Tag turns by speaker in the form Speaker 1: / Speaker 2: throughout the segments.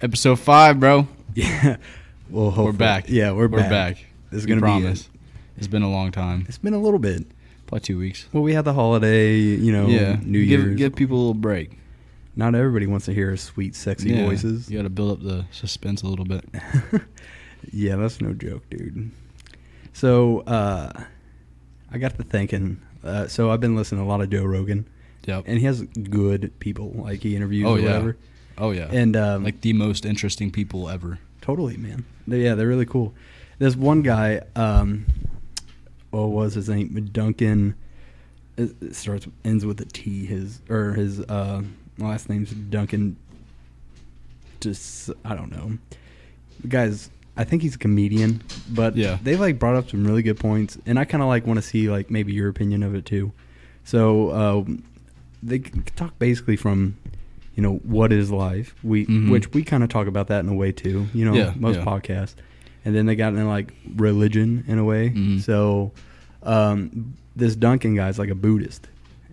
Speaker 1: Episode five, bro.
Speaker 2: Yeah. Well, hopefully.
Speaker 1: We're back.
Speaker 2: Yeah, we're,
Speaker 1: we're back.
Speaker 2: This is
Speaker 1: We
Speaker 2: gonna
Speaker 1: promise.
Speaker 2: be.
Speaker 1: It's been a long time.
Speaker 2: A, it's been a little bit.
Speaker 1: Probably two weeks.
Speaker 2: Well, we had the holiday. You know,
Speaker 1: yeah.
Speaker 2: Oh, New
Speaker 1: give,
Speaker 2: Year's.
Speaker 1: Give people a little break.
Speaker 2: Not everybody wants to hear our sweet, sexy
Speaker 1: Yeah.
Speaker 2: voices.
Speaker 1: You got to build up the suspense a little bit.
Speaker 2: Yeah, that's no joke, dude. So, uh, I got to thinking. Uh, so I've been listening to a lot of Joe Rogan,
Speaker 1: Yep.
Speaker 2: and he has good people. Like he interviews
Speaker 1: Oh,
Speaker 2: or
Speaker 1: yeah.
Speaker 2: whatever.
Speaker 1: oh yeah.
Speaker 2: And um,
Speaker 1: like the most interesting people ever.
Speaker 2: Totally, man. They- yeah, they're really cool. There's one guy, um, what was his name? Duncan. It, it starts ends with a T. His or his uh, last name's Duncan. Just I don't know. The guy's I think he's a comedian, but
Speaker 1: Yeah.
Speaker 2: they like brought up some really good points, and I kind of like want to see like maybe your opinion of it too. So um, they c- talk basically from you know what is life we
Speaker 1: Mhm.
Speaker 2: which we kind of talk about that in a way too you know
Speaker 1: Yeah,
Speaker 2: most
Speaker 1: yeah.
Speaker 2: podcasts and then they got into like religion in a way
Speaker 1: Mhm.
Speaker 2: so um this duncan guy's like a buddhist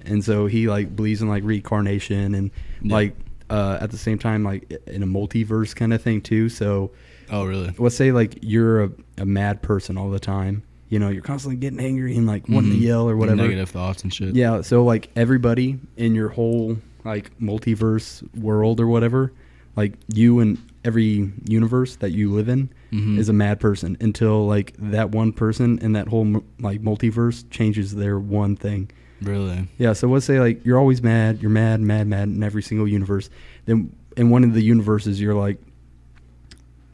Speaker 2: and so he like believes in like reincarnation and
Speaker 1: Yeah.
Speaker 2: like uh at the same time like i- in a multiverse kind of thing too so
Speaker 1: Oh really?
Speaker 2: let's say like you're a, a mad person all the time you know you're constantly getting angry and like wanting
Speaker 1: Mhm.
Speaker 2: to yell or
Speaker 1: The
Speaker 2: whatever
Speaker 1: Negative thoughts and shit.
Speaker 2: yeah, so like everybody in your whole like multiverse world or whatever, like you and every universe that you live in
Speaker 1: Mhm.
Speaker 2: is a mad person until like that one person in that whole mu- like multiverse changes their one thing.
Speaker 1: Really.
Speaker 2: Yeah, so let's say like you're always mad, you're mad, mad, mad in every single universe. Then in one of the universes you're like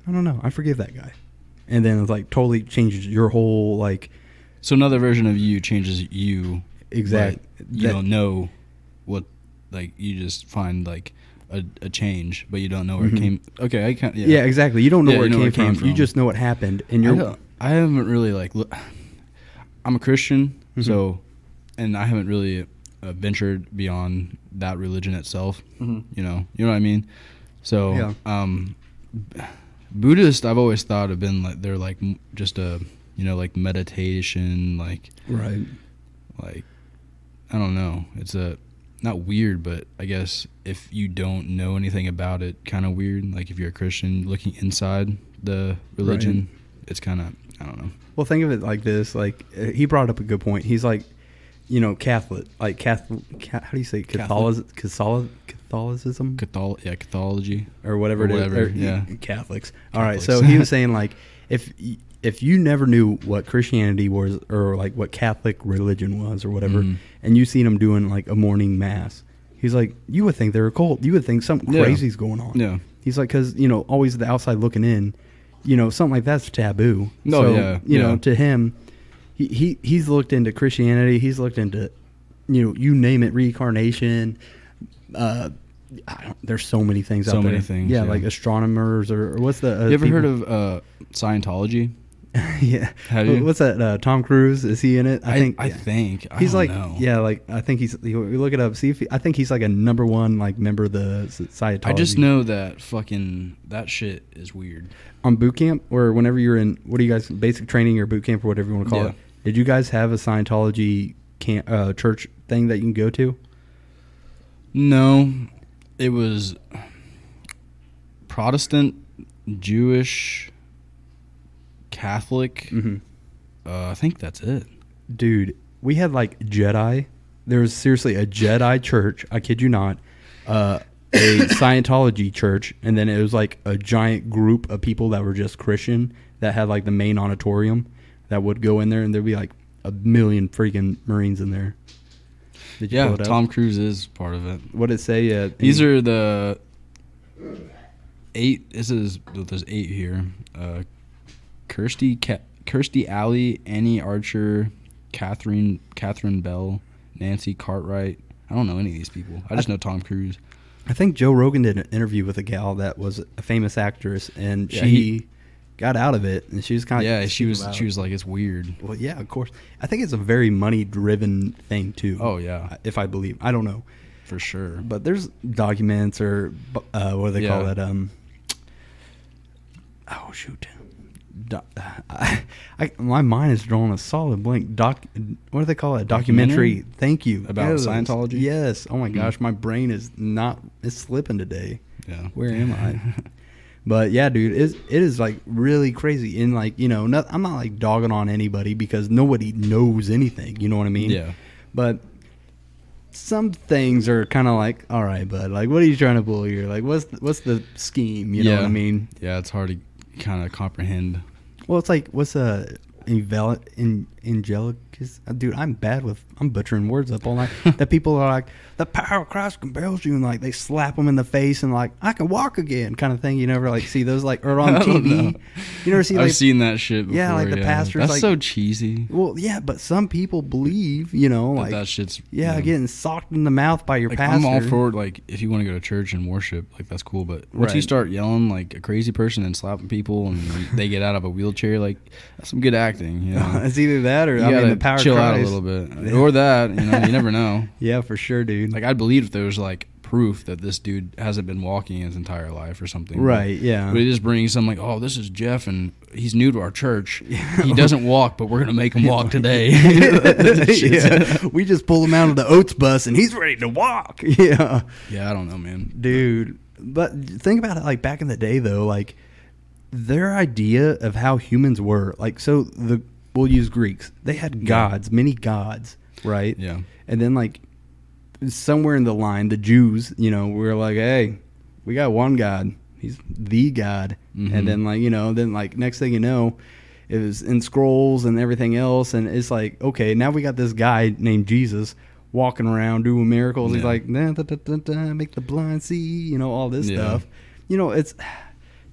Speaker 2: I don't know, I forgive that guy. And then it's like totally changes your whole like
Speaker 1: So another version of you changes you.
Speaker 2: exact
Speaker 1: but You
Speaker 2: that-
Speaker 1: don't know what like you just find like a, a change, but you don't know where
Speaker 2: Mhm.
Speaker 1: it came. Okay, I can't. Yeah.
Speaker 2: Yeah, exactly. You don't know
Speaker 1: Yeah,
Speaker 2: where,
Speaker 1: you know
Speaker 2: it, came
Speaker 1: where it came
Speaker 2: from. You
Speaker 1: from.
Speaker 2: just know what happened, and
Speaker 1: I,
Speaker 2: you're
Speaker 1: don't- I haven't really like. Look, I'm a Christian,
Speaker 2: Mhm.
Speaker 1: so, and I haven't really uh, ventured beyond that religion itself.
Speaker 2: Mhm.
Speaker 1: You know, you know what I mean. So,
Speaker 2: Yeah.
Speaker 1: um, B- Buddhist, I've always thought have been like they're like m- just a you know like meditation, like
Speaker 2: right.
Speaker 1: like I don't know. It's a not weird, but I guess if you don't know anything about it, kind of weird. Like if you're a Christian, looking inside the religion, it's kind of I don't know.
Speaker 2: Well, think of it like this: like uh, he brought up a good point. He's like, you know, Catholic, like Catholic. Ca- how do you say Catholic? Catholic Catholicism
Speaker 1: Cathol yeah, Cathology.
Speaker 2: or whatever it is.
Speaker 1: Whatever,
Speaker 2: or, e-,
Speaker 1: yeah.
Speaker 2: Catholics. All right. So
Speaker 1: Catholics.
Speaker 2: he was saying like, if y- if you never knew what Christianity was or like what Catholic religion was or whatever,
Speaker 1: Mhm.
Speaker 2: and you seen them doing like a morning mass, he's like, you would think they're a cult. You would think something
Speaker 1: Yeah.
Speaker 2: crazy's going on.
Speaker 1: Yeah.
Speaker 2: He's like, because you know, always the outside looking in, you know, something like that's taboo.
Speaker 1: No, yeah,
Speaker 2: you know,
Speaker 1: yeah.
Speaker 2: to him, he, he he's looked into Christianity. He's looked into, you know, you name it, reincarnation. Uh, I don't, there's so many things
Speaker 1: So
Speaker 2: out there.
Speaker 1: many things,
Speaker 2: Yeah,
Speaker 1: yeah.
Speaker 2: like astronomers or, or what's the? Uh,
Speaker 1: you ever
Speaker 2: people-
Speaker 1: heard of uh, Scientology?
Speaker 2: yeah.
Speaker 1: Have you?
Speaker 2: What's that? Uh, Tom Cruise is he in it?
Speaker 1: I think. I,
Speaker 2: yeah.
Speaker 1: think. I
Speaker 2: He's
Speaker 1: don't
Speaker 2: like,
Speaker 1: know.
Speaker 2: yeah, like I think he's. You look it up. See if he, I think he's like a number one like member of the Scientology.
Speaker 1: I just know that fucking that shit is weird.
Speaker 2: on boot camp or whenever you're in what do you guys basic training or boot camp or whatever you want to call
Speaker 1: Yeah.
Speaker 2: it did you guys have a scientology camp uh, church thing that you can go to
Speaker 1: No, it was Protestant, Jewish, Catholic.
Speaker 2: mm-hmm.
Speaker 1: Uh, I think that's it.
Speaker 2: dude we had like jedi there was seriously a jedi church i kid you not uh, a scientology church and then it was like a giant group of people that were just christian that had like the main auditorium that would go in there and there'd be like a million freaking marines in there did
Speaker 1: Yeah,
Speaker 2: pull it up?
Speaker 1: Tom Mm-hmm. Cruise is part of it.
Speaker 2: what did it say uh,
Speaker 1: These
Speaker 2: in-
Speaker 1: are the eight. This is there's eight here. Uh, Kirsty Ca- Kirsty Alley, Annie Archer, Catherine Catherine Bell, Nancy Cartwright. I don't know any of these people. I just know Tom Cruise.
Speaker 2: I think Joe Rogan did an interview with a gal that was a famous actress, and
Speaker 1: Yeah,
Speaker 2: she
Speaker 1: he-
Speaker 2: got out of it, and she was kind of
Speaker 1: Yeah, she was she was like it's weird.
Speaker 2: well, yeah, of course. I think it's a very money driven thing too.
Speaker 1: Oh yeah,
Speaker 2: if I believe, I don't know,
Speaker 1: for sure.
Speaker 2: but there's documents or bu- uh, what do they call
Speaker 1: Yeah.
Speaker 2: that? Um, oh shoot, Do- I, I, my mind is drawing a solid blank. Doc, what do they call it? Documentary.
Speaker 1: Documentary?
Speaker 2: Thank you
Speaker 1: About Scientology?
Speaker 2: Yes. Oh my
Speaker 1: Hmm.
Speaker 2: gosh, my brain is not. It's slipping today.
Speaker 1: Yeah.
Speaker 2: Where am I? But yeah, dude, it is, it is like really crazy. And like, you know, not, I'm not like dogging on anybody because nobody knows anything. You know what I mean?
Speaker 1: Yeah.
Speaker 2: But some things are kind of like, all right, bud, like, what are you trying to pull here? Like, what's the, what's the scheme? You know what
Speaker 1: Yeah.
Speaker 2: I mean?
Speaker 1: Yeah, it's hard to kind of comprehend.
Speaker 2: Well, it's like, what's a. Invel- in, angelicus, dude, I'm bad with I'm butchering words up all night. that people are like, the power of Christ compels you, and like they slap them in the face and like I can walk again, kind of thing. You never like see those like or on
Speaker 1: I don't
Speaker 2: TV.
Speaker 1: know.
Speaker 2: You never see
Speaker 1: I've
Speaker 2: like
Speaker 1: seen that shit. Before,
Speaker 2: Yeah, like the pastor's
Speaker 1: That's
Speaker 2: like-
Speaker 1: so cheesy.
Speaker 2: Well, yeah, but some people believe, you know,
Speaker 1: that
Speaker 2: like
Speaker 1: that shit's
Speaker 2: yeah,
Speaker 1: you know.
Speaker 2: getting socked in the mouth by your
Speaker 1: Like,
Speaker 2: pastor.
Speaker 1: I'm all for like if you want to go to church and worship, like that's cool. But once you
Speaker 2: Right.
Speaker 1: start yelling like a crazy person and slapping people, and they get out of a wheelchair, like that's some good acting. You know,
Speaker 2: it's either that or
Speaker 1: you
Speaker 2: I
Speaker 1: gotta
Speaker 2: mean the power
Speaker 1: chill
Speaker 2: of
Speaker 1: out a
Speaker 2: Christ.
Speaker 1: little bit, or that. You know, you never know.
Speaker 2: Yeah, for sure, dude.
Speaker 1: Like I'd believe if there was like proof that this dude hasn't been walking his entire life or something.
Speaker 2: right, yeah.
Speaker 1: But it just brings some like, oh, this is Jeff, and he's new to our church. He doesn't walk, but we're gonna make him walk today. yeah.
Speaker 2: yeah. We just pull him out of the Oats bus and he's ready to walk. Yeah.
Speaker 1: yeah, I don't know, man.
Speaker 2: dude but think about it like back in the day though like their idea of how humans were like so the we'll use greeks they had gods many gods right
Speaker 1: Yeah.
Speaker 2: and then like somewhere in the line the jews you know were like hey we got one god he's the god
Speaker 1: Mhm.
Speaker 2: and then like you know then like next thing you know it was in scrolls and everything else and it's like okay now we got this guy named jesus walking around doing miracles he's
Speaker 1: Yeah.
Speaker 2: like da, da, da, da, da, make the blind see you know all this
Speaker 1: Yeah.
Speaker 2: stuff you know it's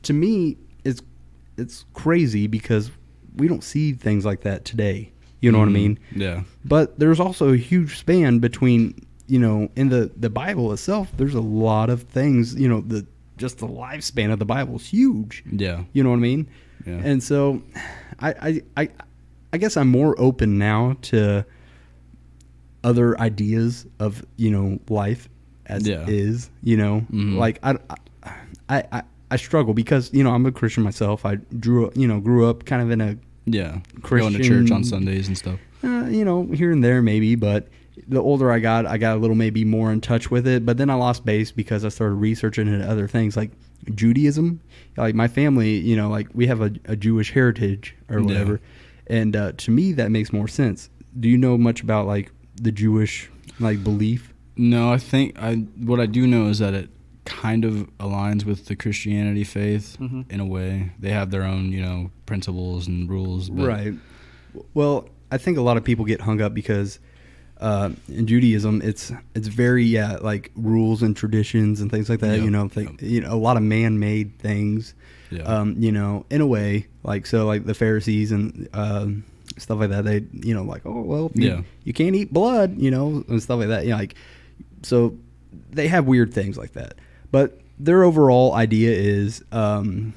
Speaker 2: to me it's it's crazy because we don't see things like that today you know what i
Speaker 1: Mhm.
Speaker 2: mean
Speaker 1: Yeah.
Speaker 2: but there's also a huge span between you know in the the bible itself there's a lot of things you know the just the lifespan of the bible is huge
Speaker 1: Yeah.
Speaker 2: you know what i mean
Speaker 1: Yeah.
Speaker 2: and so I, I i i guess i'm more open now to other ideas of you know life as
Speaker 1: Yeah.
Speaker 2: is you know
Speaker 1: Mhm.
Speaker 2: like I, I i i struggle because you know i'm a christian myself i drew you know grew up kind of in a
Speaker 1: Yeah, going to church on
Speaker 2: Christian-
Speaker 1: Sundays and stuff.
Speaker 2: uh, you know, here and there maybe, but the older I got, I got a little maybe more in touch with it. But then I lost base because I started researching into other things like Judaism. Like my family, you know, like we have a, a Jewish heritage or
Speaker 1: Yeah.
Speaker 2: whatever. And uh, to me, that makes more sense. Do you know much about like the Jewish like belief?
Speaker 1: No, I think I what I do know is that it kind of aligns with the Christianity faith
Speaker 2: Mhm.
Speaker 1: in a way. They have their own, you know, principles and rules. But
Speaker 2: Right. Well, I think a lot of people get hung up because uh, in Judaism, it's it's very yeah, like rules and traditions and things like that.
Speaker 1: Yeah.
Speaker 2: You know, think, you know, a lot of man-made things.
Speaker 1: Yeah.
Speaker 2: Um, you know, in a way, like so, like the Pharisees and um, stuff like that. They, you know, like oh well, you,
Speaker 1: Yeah.
Speaker 2: you can't eat blood, you know, and stuff like that. You know, like so they have weird things like that. But their overall idea is um,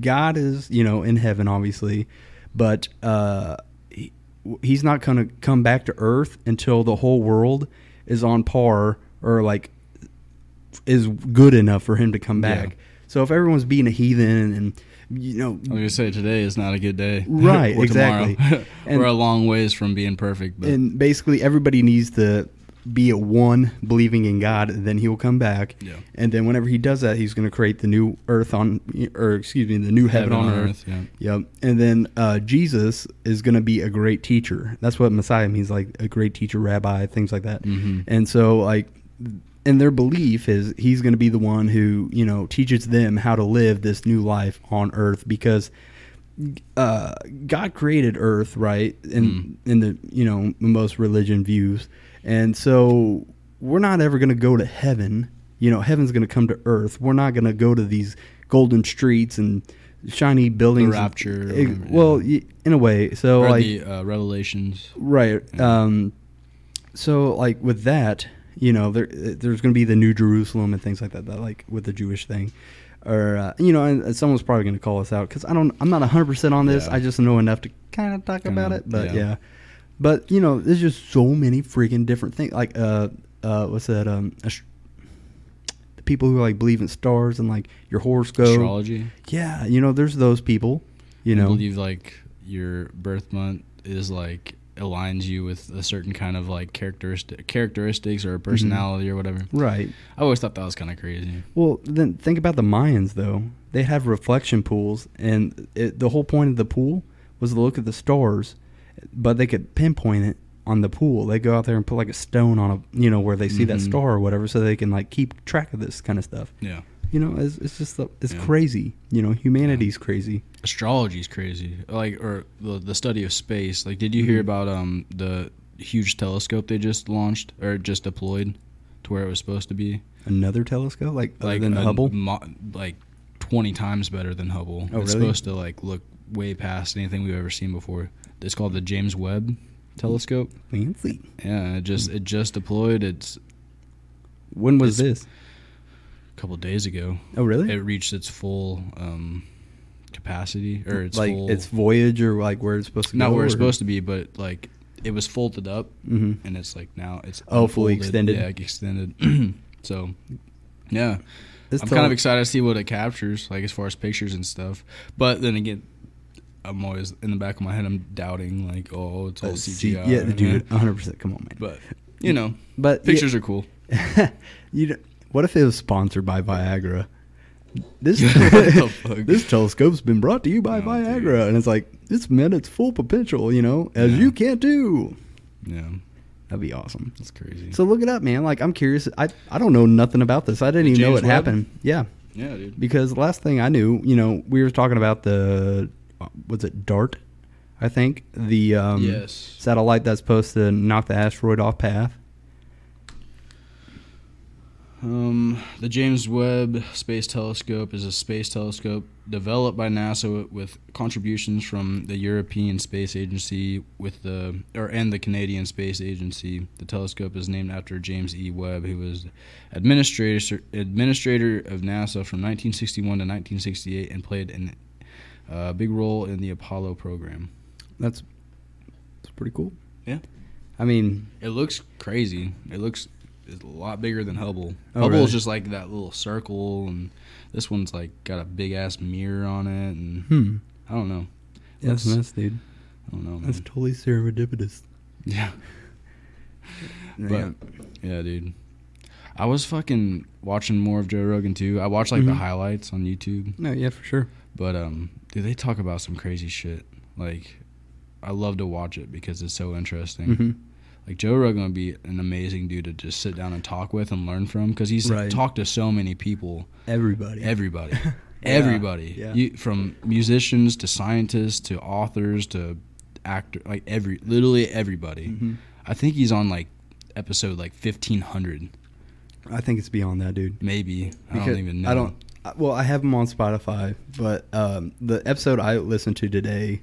Speaker 2: God is, you know, in heaven, obviously, but uh, he, he's not going to come back to earth until the whole world is on par or like is good enough for him to come
Speaker 1: Yeah.
Speaker 2: back. So if everyone's being a heathen and, you know,
Speaker 1: I was gonna say today is not a good day.
Speaker 2: Right,
Speaker 1: Or tomorrow.
Speaker 2: exactly. And-
Speaker 1: We're a long ways from being perfect, but
Speaker 2: and basically everybody needs to be at one believing in God, and then he will come back.
Speaker 1: Yeah.
Speaker 2: And then whenever he does that, he's going to create the new earth on, or excuse me, the new heaven, on, earth.
Speaker 1: yeah.
Speaker 2: Yep. And then uh, Jesus is going to be a great teacher. That's what Messiah means, like a great teacher, rabbi, things like that.
Speaker 1: Mhm.
Speaker 2: And so, like, and their belief is he's going to be the one who, you know, teaches them how to live this new life on earth because uh, God created earth, right?
Speaker 1: Mm.
Speaker 2: In, in the, you know, most religion views. And so we're not ever going to go to heaven. You know, heaven's going to come to earth. We're not going to go to these golden streets and shiny buildings.
Speaker 1: rapture or
Speaker 2: Eh,
Speaker 1: whatever, yeah.
Speaker 2: well, y in a way. So,
Speaker 1: Read
Speaker 2: like,
Speaker 1: the uh, Revelations.
Speaker 2: right. Um, so, like, with that, you know, there, eh, there's going to be the New Jerusalem and things like that, that like with the Jewish thing. Or, uh, you know, and, and someone's probably going to call us out because I don't, I'm not 100% on this.
Speaker 1: Yeah.
Speaker 2: I just know enough to kind of talk about
Speaker 1: Kinda,
Speaker 2: it. But,
Speaker 1: yeah.
Speaker 2: yeah. But, you know, there's just so many freaking different things. Like, uh, uh, what's that? Um, ast- the people who, like, believe in stars and, like, your horoscope.
Speaker 1: Astrology.
Speaker 2: Yeah, you know, there's those people. You know,
Speaker 1: I believe like your birth month is like aligns you with a certain kind of like characteristic characteristics or
Speaker 2: Mm-hmm.
Speaker 1: personality or whatever.
Speaker 2: right?
Speaker 1: I always thought that was kind of crazy.
Speaker 2: Well, then think about the Mayans, though. they have reflection pools, and it, the whole point of the pool was to look at the stars, but they could pinpoint it on the pool. They go out there and put like a stone on a you know where they see that
Speaker 1: Mhm.
Speaker 2: star or whatever, so they can like keep track of this kind of stuff.
Speaker 1: Yeah.
Speaker 2: You know, it's, it's just the, it's
Speaker 1: Yeah.
Speaker 2: crazy. You know, humanity's crazy.
Speaker 1: Astrology's crazy. Like or the, the study of space. Like did you hear
Speaker 2: Mhm.
Speaker 1: about um the huge telescope they just launched or just deployed to where it was supposed to be?
Speaker 2: Another telescope like, other
Speaker 1: like
Speaker 2: than the
Speaker 1: a
Speaker 2: Hubble.
Speaker 1: mo- like 20 times better than Hubble.
Speaker 2: Oh,
Speaker 1: it's
Speaker 2: really?
Speaker 1: supposed to like look way past anything we've ever seen before. It's called the James Webb Telescope.
Speaker 2: Fancy.
Speaker 1: Yeah, it just it just deployed. It's
Speaker 2: When was this?
Speaker 1: a couple days ago.
Speaker 2: Oh, really?
Speaker 1: It reached its full um, capacity or its
Speaker 2: like
Speaker 1: full,
Speaker 2: its voyage or like where it's supposed to go.
Speaker 1: not where it's supposed to be, but like it was folded up
Speaker 2: hmm
Speaker 1: and it's like now it's
Speaker 2: Oh, fully
Speaker 1: unfolded.
Speaker 2: extended.
Speaker 1: Yeah, like, extended. so yeah,
Speaker 2: It's
Speaker 1: I'm kind of
Speaker 2: tele-
Speaker 1: excited to see what it captures, like as far as pictures and stuff. But then again, I'm always in the back of my head, I'm doubting, like, oh, it's all
Speaker 2: Uh, see-
Speaker 1: CGI.
Speaker 2: Yeah, dude, 100. percent Come on, man.
Speaker 1: But you know,
Speaker 2: But yeah,
Speaker 1: pictures are cool.
Speaker 2: you know, what if it was sponsored by Viagra? This
Speaker 1: What the fuck?
Speaker 2: this telescope's been brought to you by
Speaker 1: No,
Speaker 2: Viagra,
Speaker 1: dude.
Speaker 2: and it's like it's met its full potential. You know, as
Speaker 1: Yeah.
Speaker 2: you can't do.
Speaker 1: Yeah,
Speaker 2: That'd be awesome.
Speaker 1: that's crazy.
Speaker 2: So look it up, man. Like I'm curious. I I don't know nothing about this. I didn't
Speaker 1: The
Speaker 2: even know
Speaker 1: James
Speaker 2: it
Speaker 1: Webb?
Speaker 2: happened. Yeah,
Speaker 1: yeah, dude.
Speaker 2: because last thing I knew, you know, we were talking about the uh, was it Dart? I think the um,
Speaker 1: yes.
Speaker 2: satellite that's supposed to knock the asteroid off path.
Speaker 1: Um, the James Webb Space Telescope is a space telescope developed by NASA with contributions from the European Space Agency with the or and the Canadian Space Agency. The telescope is named after James E. Webb, who was administrator administrator of NASA from 1961 to 1968 and played an uh, big role in the Apollo program.
Speaker 2: That's that's pretty cool.
Speaker 1: Yeah.
Speaker 2: I mean,
Speaker 1: It looks crazy. It looks it's a lot bigger than Hubble.
Speaker 2: Oh,
Speaker 1: Hubble's
Speaker 2: really?
Speaker 1: just like that little circle, and this one's like got a big ass mirror on it, and
Speaker 2: hmm.
Speaker 1: I don't know.
Speaker 2: That's
Speaker 1: Looks-
Speaker 2: nice, dude.
Speaker 1: I don't know.
Speaker 2: That's
Speaker 1: Man.
Speaker 2: totally serendipitous.
Speaker 1: Yeah,
Speaker 2: Yeah.
Speaker 1: yeah, dude. I was fucking watching more of Joe Rogan too. I watched like the
Speaker 2: Mhm.
Speaker 1: highlights on YouTube,
Speaker 2: No, yeah, for sure.
Speaker 1: but um, dude, they talk about some crazy shit. Like, I love to watch it because it's so interesting.
Speaker 2: hmm
Speaker 1: Like Joe Rogan would be an amazing dude to just sit down and talk with and learn from because he's
Speaker 2: Right.
Speaker 1: talked to so many people.
Speaker 2: Everybody.
Speaker 1: Everybody. Everybody.
Speaker 2: yeah.
Speaker 1: You, from musicians to scientists to authors to actor like every literally everybody.
Speaker 2: Mhm.
Speaker 1: I think he's on like episode like 1500
Speaker 2: I think it's beyond that, dude.
Speaker 1: maybe. I
Speaker 2: Because
Speaker 1: don't even know.
Speaker 2: I don't. I- Well, I have them on Spotify, but um, the episode I listened to today,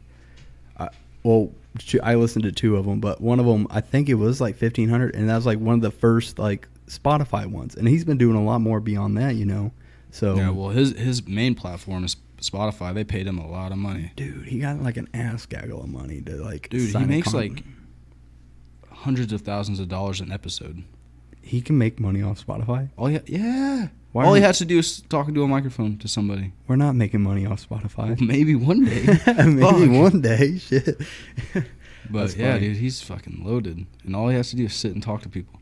Speaker 2: I, well, two, I listened to two of them, but one of them I think it was like fifteen hundred, and that was like one of the first like Spotify ones, and he's been doing a lot more beyond that, you know. So,
Speaker 1: Yeah, well his his main platform is Spotify. They paid him a lot of money.
Speaker 2: dude, he got like an ass gaggle of money to like.
Speaker 1: Dude,
Speaker 2: sign
Speaker 1: he
Speaker 2: a
Speaker 1: makes
Speaker 2: con-
Speaker 1: like hundreds of thousands of dollars an episode.
Speaker 2: he can make money off Spotify.
Speaker 1: All he, yeah.
Speaker 2: Why
Speaker 1: All he
Speaker 2: aren't-
Speaker 1: has to do is talk into a microphone to somebody.
Speaker 2: We're not making money off Spotify.
Speaker 1: Maybe one day.
Speaker 2: Maybe
Speaker 1: Fuck.
Speaker 2: one day, shit.
Speaker 1: But
Speaker 2: That's
Speaker 1: yeah,
Speaker 2: funny.
Speaker 1: dude, he's fucking loaded, and all he has to do is sit and talk to people.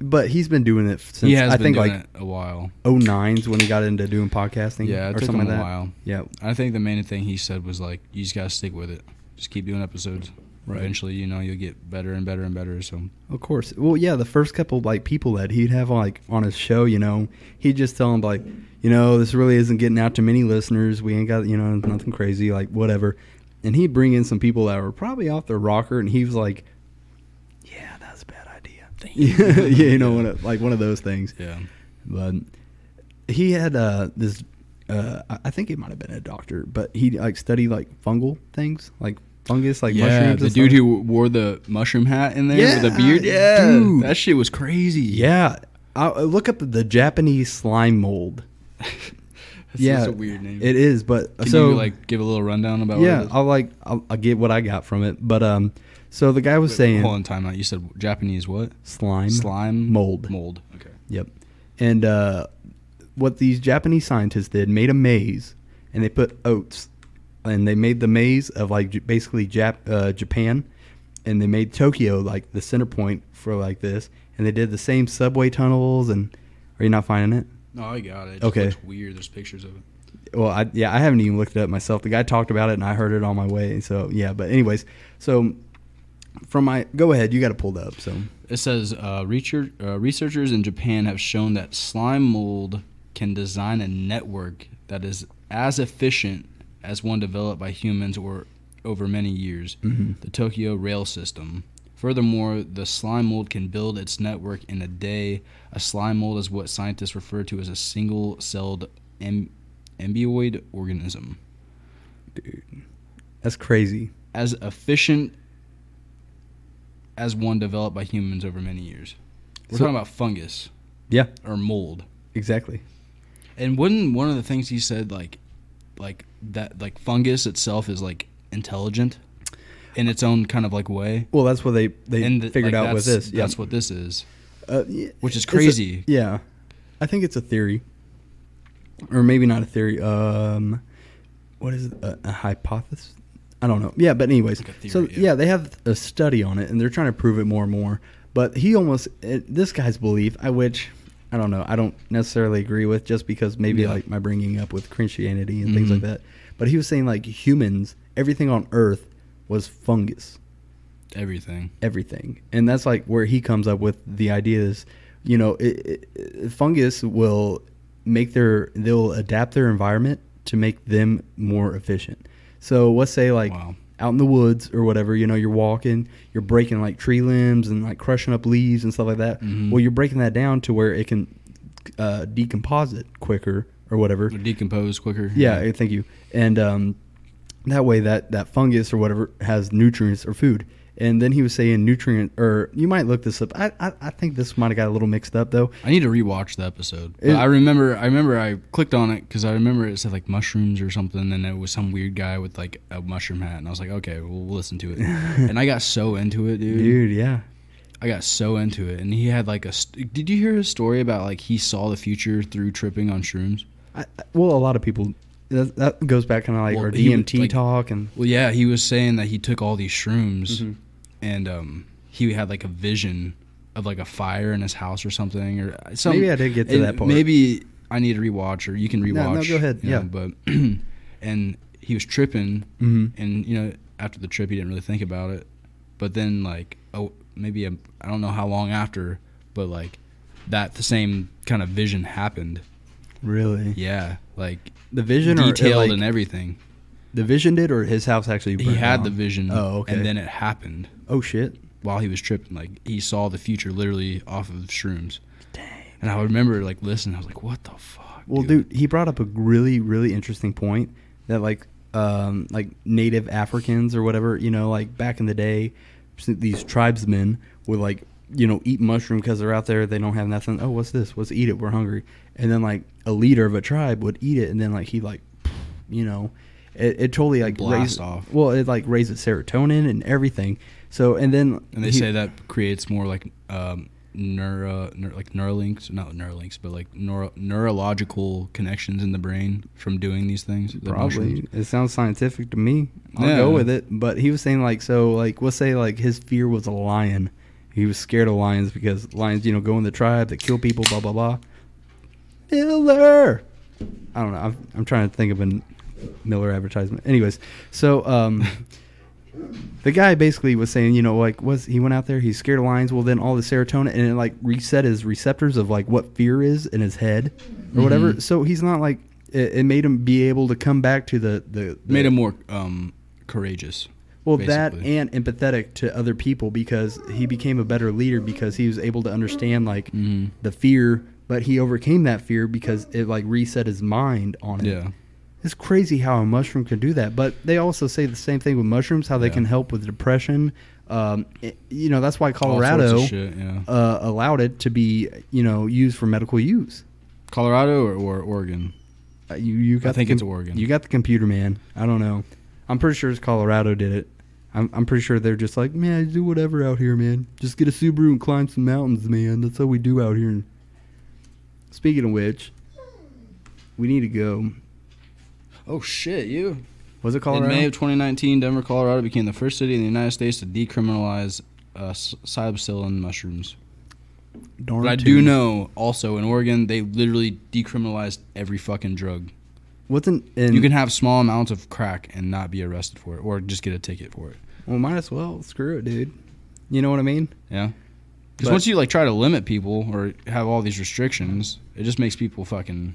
Speaker 2: But he's been doing it since
Speaker 1: he has
Speaker 2: I
Speaker 1: been
Speaker 2: think
Speaker 1: doing
Speaker 2: like
Speaker 1: it a while.
Speaker 2: Oh nines when he got into doing podcasting.
Speaker 1: Yeah, it
Speaker 2: or
Speaker 1: took
Speaker 2: something
Speaker 1: him a
Speaker 2: like that.
Speaker 1: while.
Speaker 2: Yeah,
Speaker 1: I think the main thing he said was like, you just gotta stick with it. Just keep doing episodes.
Speaker 2: Right.
Speaker 1: Eventually, you know, you'll get better and better and better. So
Speaker 2: of course. Well, yeah, the first couple like people that he'd have like on his show, you know, he'd just tell them like, you know, this really isn't getting out to many listeners. We ain't got you know nothing crazy like whatever. And he'd bring in some people that were probably off their rocker, and he was like, yeah, that's a bad idea. yeah, you know, one of, like one of those things.
Speaker 1: yeah,
Speaker 2: but he had uh, this. Uh, I- I think it might have been a doctor, but he like studied like fungal things, like fungus, like
Speaker 1: yeah,
Speaker 2: mushrooms.
Speaker 1: the
Speaker 2: and
Speaker 1: dude
Speaker 2: stuff.
Speaker 1: who wore the mushroom hat in there with a
Speaker 2: Yeah,
Speaker 1: beard, yeah,
Speaker 2: dude.
Speaker 1: that shit was crazy.
Speaker 2: yeah, I, I look up the Japanese slime mold.
Speaker 1: That's
Speaker 2: yeah,
Speaker 1: such a weird name.
Speaker 2: It is, but
Speaker 1: Can
Speaker 2: so
Speaker 1: you like give a little rundown about? what
Speaker 2: yeah,
Speaker 1: it is?
Speaker 2: I'll like I'll, I'll get what I got from it, but um, so the guy was saying
Speaker 1: Hold on, time out. You said Japanese what?
Speaker 2: slime,
Speaker 1: Slime
Speaker 2: mold.
Speaker 1: Mold. Okay.
Speaker 2: Yep. And uh, what these Japanese scientists did made a maze, and they put oats, and they made the maze of like j- basically Jap- uh, Japan, and they made Tokyo like the center point for like this, and they did the same subway tunnels. And are you not finding it?
Speaker 1: No, I got it. it
Speaker 2: Okay.
Speaker 1: okay. Looks weird. There's pictures of it.
Speaker 2: well, I, yeah, I haven't even looked it up myself. The guy talked about it, and I heard it on my way. So yeah, but anyways, so from my go ahead, you got it pulled up. So
Speaker 1: It says uh, research, uh, researchers in Japan have shown that slime mold can design a network that is as efficient as one developed by humans or over many years,
Speaker 2: Mm-hmm.
Speaker 1: the Tokyo rail system. Furthermore, the slime mold can build its network in a day. A slime mold is what scientists refer to as a single celled em- embryoid organism.
Speaker 2: that's crazy.
Speaker 1: As efficient as one developed by humans over many years. We're
Speaker 2: So-
Speaker 1: talking about fungus
Speaker 2: Yeah,
Speaker 1: or mold.
Speaker 2: exactly.
Speaker 1: And wouldn't one of the things he said like like that like fungus itself is like intelligent in its own kind of like way?
Speaker 2: Well, that's what they they
Speaker 1: And th-
Speaker 2: figured
Speaker 1: like,
Speaker 2: out with
Speaker 1: that's-
Speaker 2: this. Yeah.
Speaker 1: That's what this is.
Speaker 2: Uh, yeah,
Speaker 1: Which is
Speaker 2: it's a-
Speaker 1: crazy.
Speaker 2: yeah, I think it's a theory, or maybe not a theory. Um, what is it? A, a hypothesis? I don't know. Yeah, but anyways,
Speaker 1: Like a
Speaker 2: so
Speaker 1: theory, yeah.
Speaker 2: yeah, they have a study on it, and they're trying to prove it more and more. But he almost it, this guy's belief, I which I don't know, I don't necessarily agree with, just because maybe
Speaker 1: Yeah.
Speaker 2: like my bringing up with Christianity and things like
Speaker 1: Mhm.
Speaker 2: that. But he was saying like humans, everything on Earth was fungus
Speaker 1: Everything.
Speaker 2: everything. And that's like where he comes up with the ideas. You know, it, it, fungus will make their they'll adapt their environment to make them more efficient. So let's say like
Speaker 1: Wow.
Speaker 2: out in the woods or whatever, you know, you're walking, you're breaking like tree limbs and like crushing up leaves and stuff like that.
Speaker 1: Mhm.
Speaker 2: Well, you're breaking that down to where it can uh, decomposite quicker or whatever.
Speaker 1: Would decompose quicker.
Speaker 2: Yeah, I- thank you. And um, that way, that that fungus or whatever has nutrients or food. And then he was saying nutrient, or you might look this up. I I, I think this might have got a little mixed up though.
Speaker 1: I need to rewatch the episode. But
Speaker 2: It-
Speaker 1: I remember, I remember, I clicked on it because I remember it said like mushrooms or something, and it was some weird guy with like a mushroom hat, and I was like, okay, we'll, we'll listen to it. and I got so into it,
Speaker 2: Dude, yeah,
Speaker 1: I got so into it, and he had like a. St- Did you hear his story about like he saw the future through tripping on shrooms?
Speaker 2: I, I- well, a lot of people that, that goes back kind of like
Speaker 1: Well,
Speaker 2: our
Speaker 1: he would,
Speaker 2: DMT
Speaker 1: like-
Speaker 2: talk and
Speaker 1: Well, yeah, he was saying that he took all these shrooms,
Speaker 2: Mm-hmm.
Speaker 1: and um, he had like a vision of like a fire in his house or something, or uh, some.
Speaker 2: Maybe I did get to
Speaker 1: and
Speaker 2: that part.
Speaker 1: Maybe I need to rewatch, or you can rewatch.
Speaker 2: no, go ahead,
Speaker 1: you
Speaker 2: yeah.
Speaker 1: know, but and he was tripping,
Speaker 2: Mhm.
Speaker 1: and you know, after the trip, he didn't really think about it, but then like oh, maybe a, I don't know how long after, but like that the same kind of vision happened.
Speaker 2: really
Speaker 1: Yeah, like
Speaker 2: the vision
Speaker 1: detailed
Speaker 2: or like,
Speaker 1: and everything.
Speaker 2: the vision did or his house actually
Speaker 1: He
Speaker 2: burned
Speaker 1: had
Speaker 2: down?
Speaker 1: the vision.
Speaker 2: Oh, okay.
Speaker 1: And then it happened
Speaker 2: oh shit
Speaker 1: while he was tripping. Like he saw the future literally off of shrooms. Dang. And I remember like listening. I was like, "What the fuck?"
Speaker 2: Well, dude. he brought up a really, really interesting point that like, um, like Native Africans or whatever, you know, like back in the day, s- these tribesmen would like, you know, eat mushroom because they're out there, they don't have nothing. Oh, what's this? Let's eat it. We're hungry. And then like a leader of a tribe would eat it, and then like he like, you know, it, it totally like
Speaker 1: Blast
Speaker 2: raised-
Speaker 1: off.
Speaker 2: Well, it like raises serotonin and everything. So and then
Speaker 1: And they
Speaker 2: he-
Speaker 1: say that creates more like um, neuro, neur- like neurolinks, not neurolinks, but like neuro, neurological connections in the brain from doing these things. the mushrooms.
Speaker 2: Probably. It sounds scientific to me. I'll
Speaker 1: Yeah.
Speaker 2: go with it. But he was saying like so like let's say like his fear was a lion. He was scared of lions because lions, you know, go in the tribe, they kill people, blah blah blah. Miller. I don't know. I'm, I'm trying to think of a Miller advertisement. Anyways, so um the guy basically was saying, you know, like was he went out there, he's scared of lions. Well, then all the serotonin and it like reset his receptors of like what fear is in his head or whatever.
Speaker 1: Mhm.
Speaker 2: So he's not like it, it made him be able to come back to the the, the
Speaker 1: made him more um, courageous.
Speaker 2: well that
Speaker 1: basically.
Speaker 2: and empathetic to other people because he became a better leader because he was able to understand like
Speaker 1: Mhm.
Speaker 2: the fear, but he overcame that fear because it like reset his mind on it.
Speaker 1: yeah.
Speaker 2: It's crazy how a mushroom can do that. But they also say the same thing with mushrooms, how they
Speaker 1: Yeah.
Speaker 2: can help with depression. Um, it- you know, that's why
Speaker 1: All sorts of
Speaker 2: Colorado
Speaker 1: shit, yeah.
Speaker 2: uh, allowed it to be, you know, used for medical use.
Speaker 1: Colorado or, or Oregon?
Speaker 2: Uh, you, you got the
Speaker 1: think it's
Speaker 2: com-
Speaker 1: Oregon.
Speaker 2: You got the computer man. I don't know. I'm pretty sure it's Colorado did it. I'm, I'm pretty sure they're just like, man, do whatever out here, man. Just get a Subaru and climb some mountains, man. That's how we do out here. Speaking of which, we need to go.
Speaker 1: Oh shit, you.
Speaker 2: Was it Colorado?
Speaker 1: In May of 2019, Denver, Colorado became the first city in the United States to decriminalize uh, s- psilocybin mushrooms.
Speaker 2: Darn
Speaker 1: But I do
Speaker 2: tootin'.
Speaker 1: know also in Oregon, they literally decriminalized every fucking drug.
Speaker 2: what's an in,
Speaker 1: you can have small amounts of crack and not be arrested for it, or just get a ticket for it.
Speaker 2: well might as well screw it, dude. You know what I mean?
Speaker 1: Yeah. Because
Speaker 2: But-
Speaker 1: once you like try to limit people or have all these restrictions, it just makes people fucking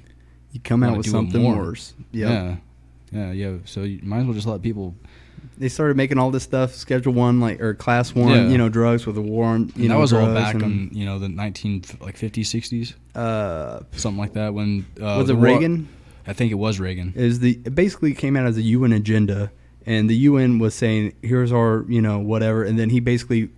Speaker 2: You come out
Speaker 1: Wanna
Speaker 2: with
Speaker 1: do it
Speaker 2: something
Speaker 1: more.
Speaker 2: worse. Yep.
Speaker 1: yeah, yeah, yeah. So you might as well just let people.
Speaker 2: They started making all this stuff, Schedule One, like or Class One,
Speaker 1: Yeah.
Speaker 2: you know, drugs with a war on. You
Speaker 1: that
Speaker 2: know,
Speaker 1: was all
Speaker 2: drugs
Speaker 1: back
Speaker 2: and,
Speaker 1: on you know the nineteen f- like fifties, sixties,
Speaker 2: Uh,
Speaker 1: something like that. When uh,
Speaker 2: was
Speaker 1: the
Speaker 2: it
Speaker 1: war-
Speaker 2: Reagan?
Speaker 1: I think it was Reagan.
Speaker 2: is the it basically came out as a UN agenda, and the UN was saying, "Here's our you know whatever," and then he basically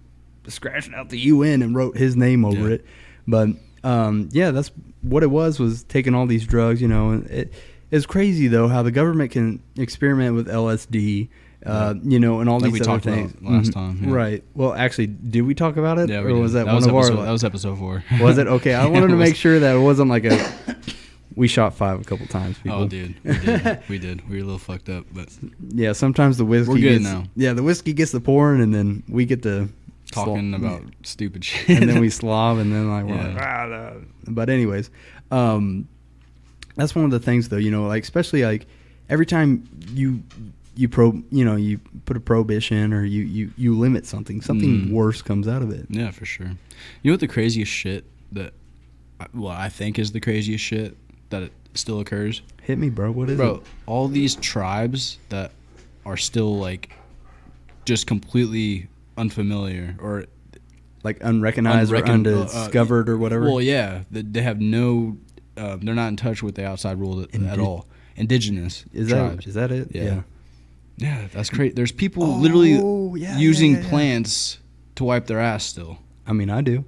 Speaker 2: scratched out the UN and wrote his name over
Speaker 1: Yeah.
Speaker 2: it. But um, yeah, that's what it was was taking all these drugs, you know. And it, it's crazy though how the government can experiment with LSD. Uh, you know, and all
Speaker 1: Like we
Speaker 2: these other
Speaker 1: talked about
Speaker 2: things.
Speaker 1: last
Speaker 2: Mhm.
Speaker 1: time, yeah.
Speaker 2: right? Well, actually, did we talk about it,
Speaker 1: Yeah, we
Speaker 2: or
Speaker 1: did.
Speaker 2: was that, one
Speaker 1: was
Speaker 2: of
Speaker 1: episode,
Speaker 2: our?
Speaker 1: That was episode four.
Speaker 2: was it okay? I
Speaker 1: Yeah,
Speaker 2: wanted
Speaker 1: it
Speaker 2: to make
Speaker 1: was-
Speaker 2: sure that it wasn't like a. We shot five a couple times. People.
Speaker 1: Oh, dude, we did. we did. We were a little fucked up, but
Speaker 2: Yeah, sometimes the whiskey.
Speaker 1: We're good
Speaker 2: gets,
Speaker 1: now.
Speaker 2: Yeah, the whiskey gets the pouring, and then we get to
Speaker 1: talking
Speaker 2: slob-
Speaker 1: about stupid shit.
Speaker 2: and then we slob, and then like, we're
Speaker 1: Yeah.
Speaker 2: like ah, no." but anyways, um, that's one of the things though. You know, like especially like every time you you pro you know you put a prohibition or you you you limit something, something
Speaker 1: Mm.
Speaker 2: worse comes out of it.
Speaker 1: Yeah, for sure. You know what the craziest shit that, I- well, I think is the craziest shit that it still occurs,
Speaker 2: Hit me, bro. What is
Speaker 1: bro.
Speaker 2: it?
Speaker 1: All these tribes that are still like just completely unfamiliar or
Speaker 2: Like unrecognized
Speaker 1: Unrecon-
Speaker 2: or
Speaker 1: uh, uh,
Speaker 2: undiscovered or whatever.
Speaker 1: well, yeah, they, they have no, uh, they're not in touch with the outside world at, at
Speaker 2: Indi-
Speaker 1: all. Indigenous
Speaker 2: is that
Speaker 1: tribes.
Speaker 2: is that it?
Speaker 1: Yeah. yeah, that's crazy. There's people literally
Speaker 2: Oh, yeah, yeah,
Speaker 1: using
Speaker 2: yeah, yeah.
Speaker 1: plants to wipe their ass still.
Speaker 2: I mean, I do.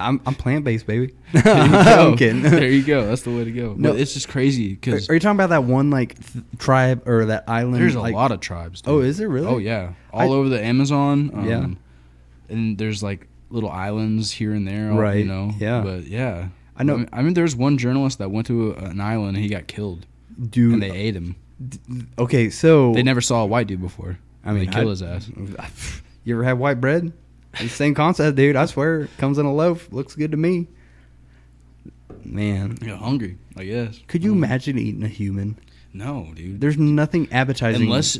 Speaker 2: I'm I'm plant based, baby.
Speaker 1: There you go.
Speaker 2: I'm kidding.
Speaker 1: There you go. That's the way to go.
Speaker 2: No.
Speaker 1: But it's just crazy
Speaker 2: Are,
Speaker 1: because
Speaker 2: are you talking about that one like th- tribe or that island?
Speaker 1: there's a
Speaker 2: like,
Speaker 1: lot of tribes. dude.
Speaker 2: Oh, is there really?
Speaker 1: Oh yeah, all
Speaker 2: I-
Speaker 1: over the Amazon. Um,
Speaker 2: Yeah.
Speaker 1: and there's like little islands here and there. all-
Speaker 2: Right,
Speaker 1: You know.
Speaker 2: yeah.
Speaker 1: But yeah,
Speaker 2: I know-
Speaker 1: I mean, I mean, there's one journalist that went to a, an island and he got killed,
Speaker 2: dude.
Speaker 1: and they ate him.
Speaker 2: okay, so
Speaker 1: They never saw a white dude before.
Speaker 2: I mean,
Speaker 1: they killed
Speaker 2: I-
Speaker 1: his ass.
Speaker 2: you ever had white bread? It's the same concept, dude. I swear, comes in a loaf, looks good to me. Man,
Speaker 1: Yeah, hungry. I guess.
Speaker 2: could you imagine eating a human?
Speaker 1: No, dude.
Speaker 2: There's nothing appetizing.
Speaker 1: Unless,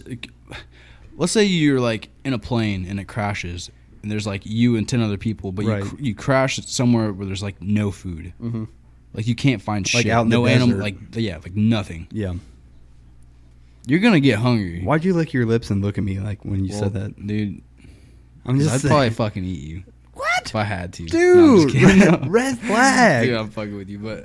Speaker 1: let's say you're like in a plane and it crashes, and there's like you and ten other people, but
Speaker 2: Right.
Speaker 1: you cr- you crash somewhere where there's like no food,
Speaker 2: Mhm.
Speaker 1: like you can't find
Speaker 2: Like
Speaker 1: shit,
Speaker 2: out in the
Speaker 1: no animal,
Speaker 2: desert.
Speaker 1: like yeah, like nothing.
Speaker 2: yeah.
Speaker 1: You're gonna get hungry.
Speaker 2: Why'd you lick your lips and look at me like when you
Speaker 1: Well,
Speaker 2: said that?
Speaker 1: dude?
Speaker 2: I'm just
Speaker 1: I'd
Speaker 2: saying.
Speaker 1: probably fucking eat you
Speaker 2: what,
Speaker 1: if I had to, No, I'm just
Speaker 2: dude?
Speaker 1: kidding.
Speaker 2: red, red flag.
Speaker 1: Dude, I'm fucking with you, but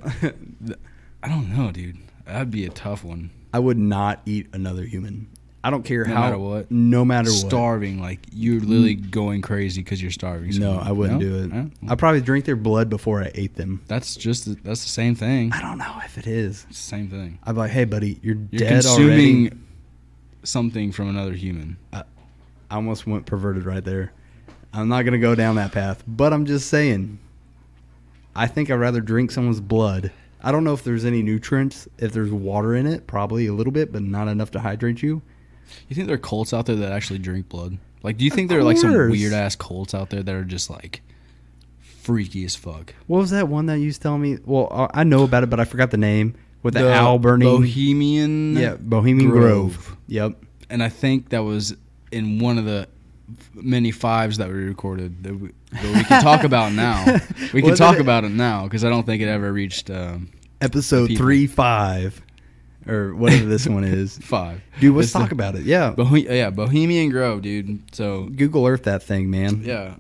Speaker 1: I don't know, dude. That'd be a tough one.
Speaker 2: I would not eat another human. I don't care
Speaker 1: No
Speaker 2: how.
Speaker 1: matter what?
Speaker 2: No matter what.
Speaker 1: Starving, like you're literally going crazy because you're starving.
Speaker 2: No,
Speaker 1: So-
Speaker 2: I wouldn't
Speaker 1: No?
Speaker 2: do it.
Speaker 1: No?
Speaker 2: I probably drink their blood before I ate them.
Speaker 1: That's just the, that's the same thing.
Speaker 2: I don't know if it is.
Speaker 1: It's the same thing.
Speaker 2: I'd be like, hey, buddy, you're,
Speaker 1: You're
Speaker 2: dead
Speaker 1: consuming
Speaker 2: already.
Speaker 1: something from another human.
Speaker 2: I almost went perverted right there. I'm not gonna go down that path, but I'm just saying. I think I'd rather drink someone's blood. I don't know if there's any nutrients. If there's water in it, probably a little bit, but not enough to hydrate you.
Speaker 1: You think there are cults out there that actually drink blood? Like, do you think there are like some
Speaker 2: course.
Speaker 1: weird ass cults out there that are just like freaky as fuck?
Speaker 2: What was that one that you was telling me? Well, I- I know about it, but I forgot the name. With the, owl burning.
Speaker 1: Bohemian.
Speaker 2: yeah, Bohemian Grove. Yep.
Speaker 1: And I think that was in one of the many fives that we recorded that we, that we can talk about now. We can
Speaker 2: Was
Speaker 1: talk
Speaker 2: it-
Speaker 1: about it now because I don't think it ever reached um,
Speaker 2: episode
Speaker 1: people.
Speaker 2: three five, or whatever this one is.
Speaker 1: five.
Speaker 2: Dude, let's
Speaker 1: It's the-
Speaker 2: talk about it. Yeah,
Speaker 1: Bohe- yeah, Bohemian Grove, dude. So
Speaker 2: Google Earth that thing, man.
Speaker 1: Yeah.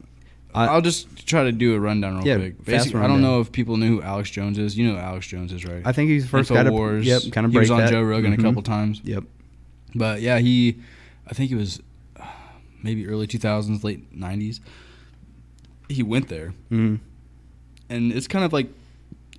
Speaker 2: I-
Speaker 1: I, will just try to do a rundown real
Speaker 2: Yeah,
Speaker 1: quick.
Speaker 2: fast
Speaker 1: Basically, I
Speaker 2: rundown.
Speaker 1: don't know if people knew who Alex Jones is. You know who Alex Jones is, right?
Speaker 2: I think he's the first guy to
Speaker 1: InfoWars.
Speaker 2: yep, kind of
Speaker 1: He
Speaker 2: break
Speaker 1: was on
Speaker 2: that.
Speaker 1: Joe Rogan
Speaker 2: Mhm.
Speaker 1: a couple times.
Speaker 2: Yep,
Speaker 1: But yeah, he, I think it was uh, maybe early 2000s, late 90s. He went there.
Speaker 2: mm.
Speaker 1: And it's kind of like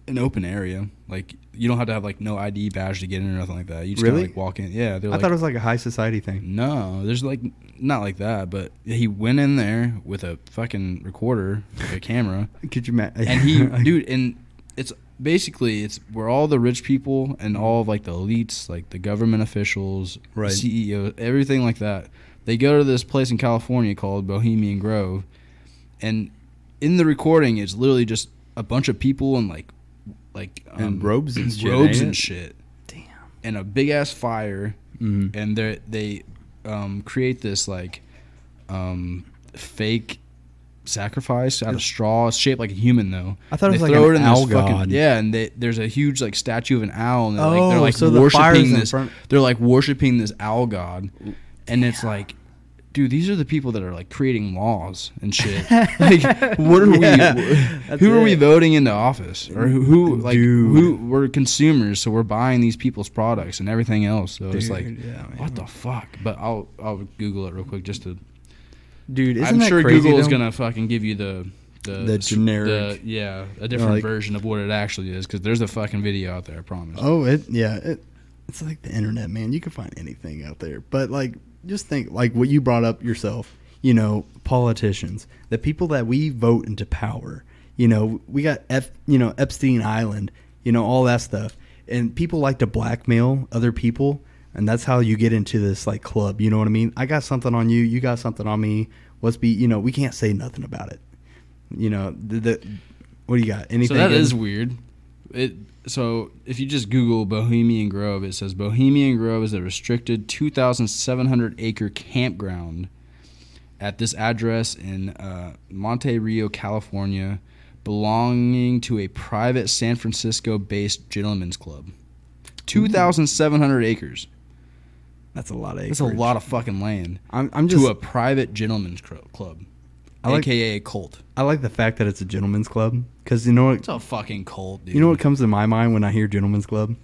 Speaker 1: an open area. Like, you don't have to have like no ID badge to get in or nothing like that. You just
Speaker 2: Really?
Speaker 1: kind of like walk in. Yeah. They're
Speaker 2: I
Speaker 1: like,
Speaker 2: thought it was like a high society thing.
Speaker 1: no, there's like not like that, but he went in there with a fucking recorder, like a camera,
Speaker 2: Could you imagine?
Speaker 1: and he dude and it's basically it's where all the rich people and all of like the elites like the government officials
Speaker 2: Right.
Speaker 1: ceo everything like that they go to this place in california called bohemian grove and in the recording it's literally just a bunch of people in like like
Speaker 2: And robes and shit,
Speaker 1: um, robes
Speaker 2: ain't
Speaker 1: and
Speaker 2: it?
Speaker 1: shit in a big ass fire,
Speaker 2: Mhm.
Speaker 1: and they they um, create this like um, fake sacrifice out of straw. It's shaped like a human though.
Speaker 2: I thought it
Speaker 1: They
Speaker 2: was like
Speaker 1: throw
Speaker 2: an
Speaker 1: in this
Speaker 2: owl god.
Speaker 1: yeah, and they, there's a huge like statue of an owl, and they're like, they're
Speaker 2: Oh,
Speaker 1: like
Speaker 2: so the fire's
Speaker 1: worshiping
Speaker 2: in
Speaker 1: this.
Speaker 2: front-
Speaker 1: They're like worshiping this owl god, and it's like. Dude, these are the people that are like creating laws and shit. like, what are
Speaker 2: Yeah,
Speaker 1: we?
Speaker 2: that's
Speaker 1: Who are we
Speaker 2: it.
Speaker 1: voting into office, or who, who like
Speaker 2: Dude.
Speaker 1: who? We're consumers, so we're buying these people's products and everything else. So it's like,
Speaker 2: Dude, yeah, man.
Speaker 1: what the fuck? But I'll I'll Google it real quick just to.
Speaker 2: Dude, isn't
Speaker 1: I'm
Speaker 2: that
Speaker 1: sure
Speaker 2: crazy,
Speaker 1: Google is
Speaker 2: though?
Speaker 1: gonna fucking give you the the,
Speaker 2: The generic-
Speaker 1: the- yeah, a different
Speaker 2: like-
Speaker 1: version of what it actually is because there's a fucking video out there. I promise.
Speaker 2: Oh, it yeah, it, it's like the internet, man. You can find anything out there. But like, just think like what you brought up yourself. You know, politicians, the people that we vote into power. You know, we got F, you know Epstein Island. You know all that stuff, and people like to blackmail other people, and that's how you get into this like club. You know what I mean? I got something on you. You got something on me. Let's be. You know, we can't say nothing about it. You know the. the what do you got? Anything?
Speaker 1: so that
Speaker 2: in-
Speaker 1: is weird. It so if you just Google Bohemian Grove, it says Bohemian Grove is a restricted 2,700 acre campground at this address in uh, Monte Rio, California, belonging to a private San Francisco-based gentlemen's club. 2,700 acres.
Speaker 2: that's a lot of.
Speaker 1: That's a
Speaker 2: acreage.
Speaker 1: lot of fucking land
Speaker 2: I'm, I'm just
Speaker 1: to a private gentlemen's cro- club,
Speaker 2: I like-
Speaker 1: aka a cult.
Speaker 2: I like the fact that it's a gentleman's club because you know what
Speaker 1: It's a fucking cult, dude.
Speaker 2: you know what comes to my mind when I hear gentleman's club.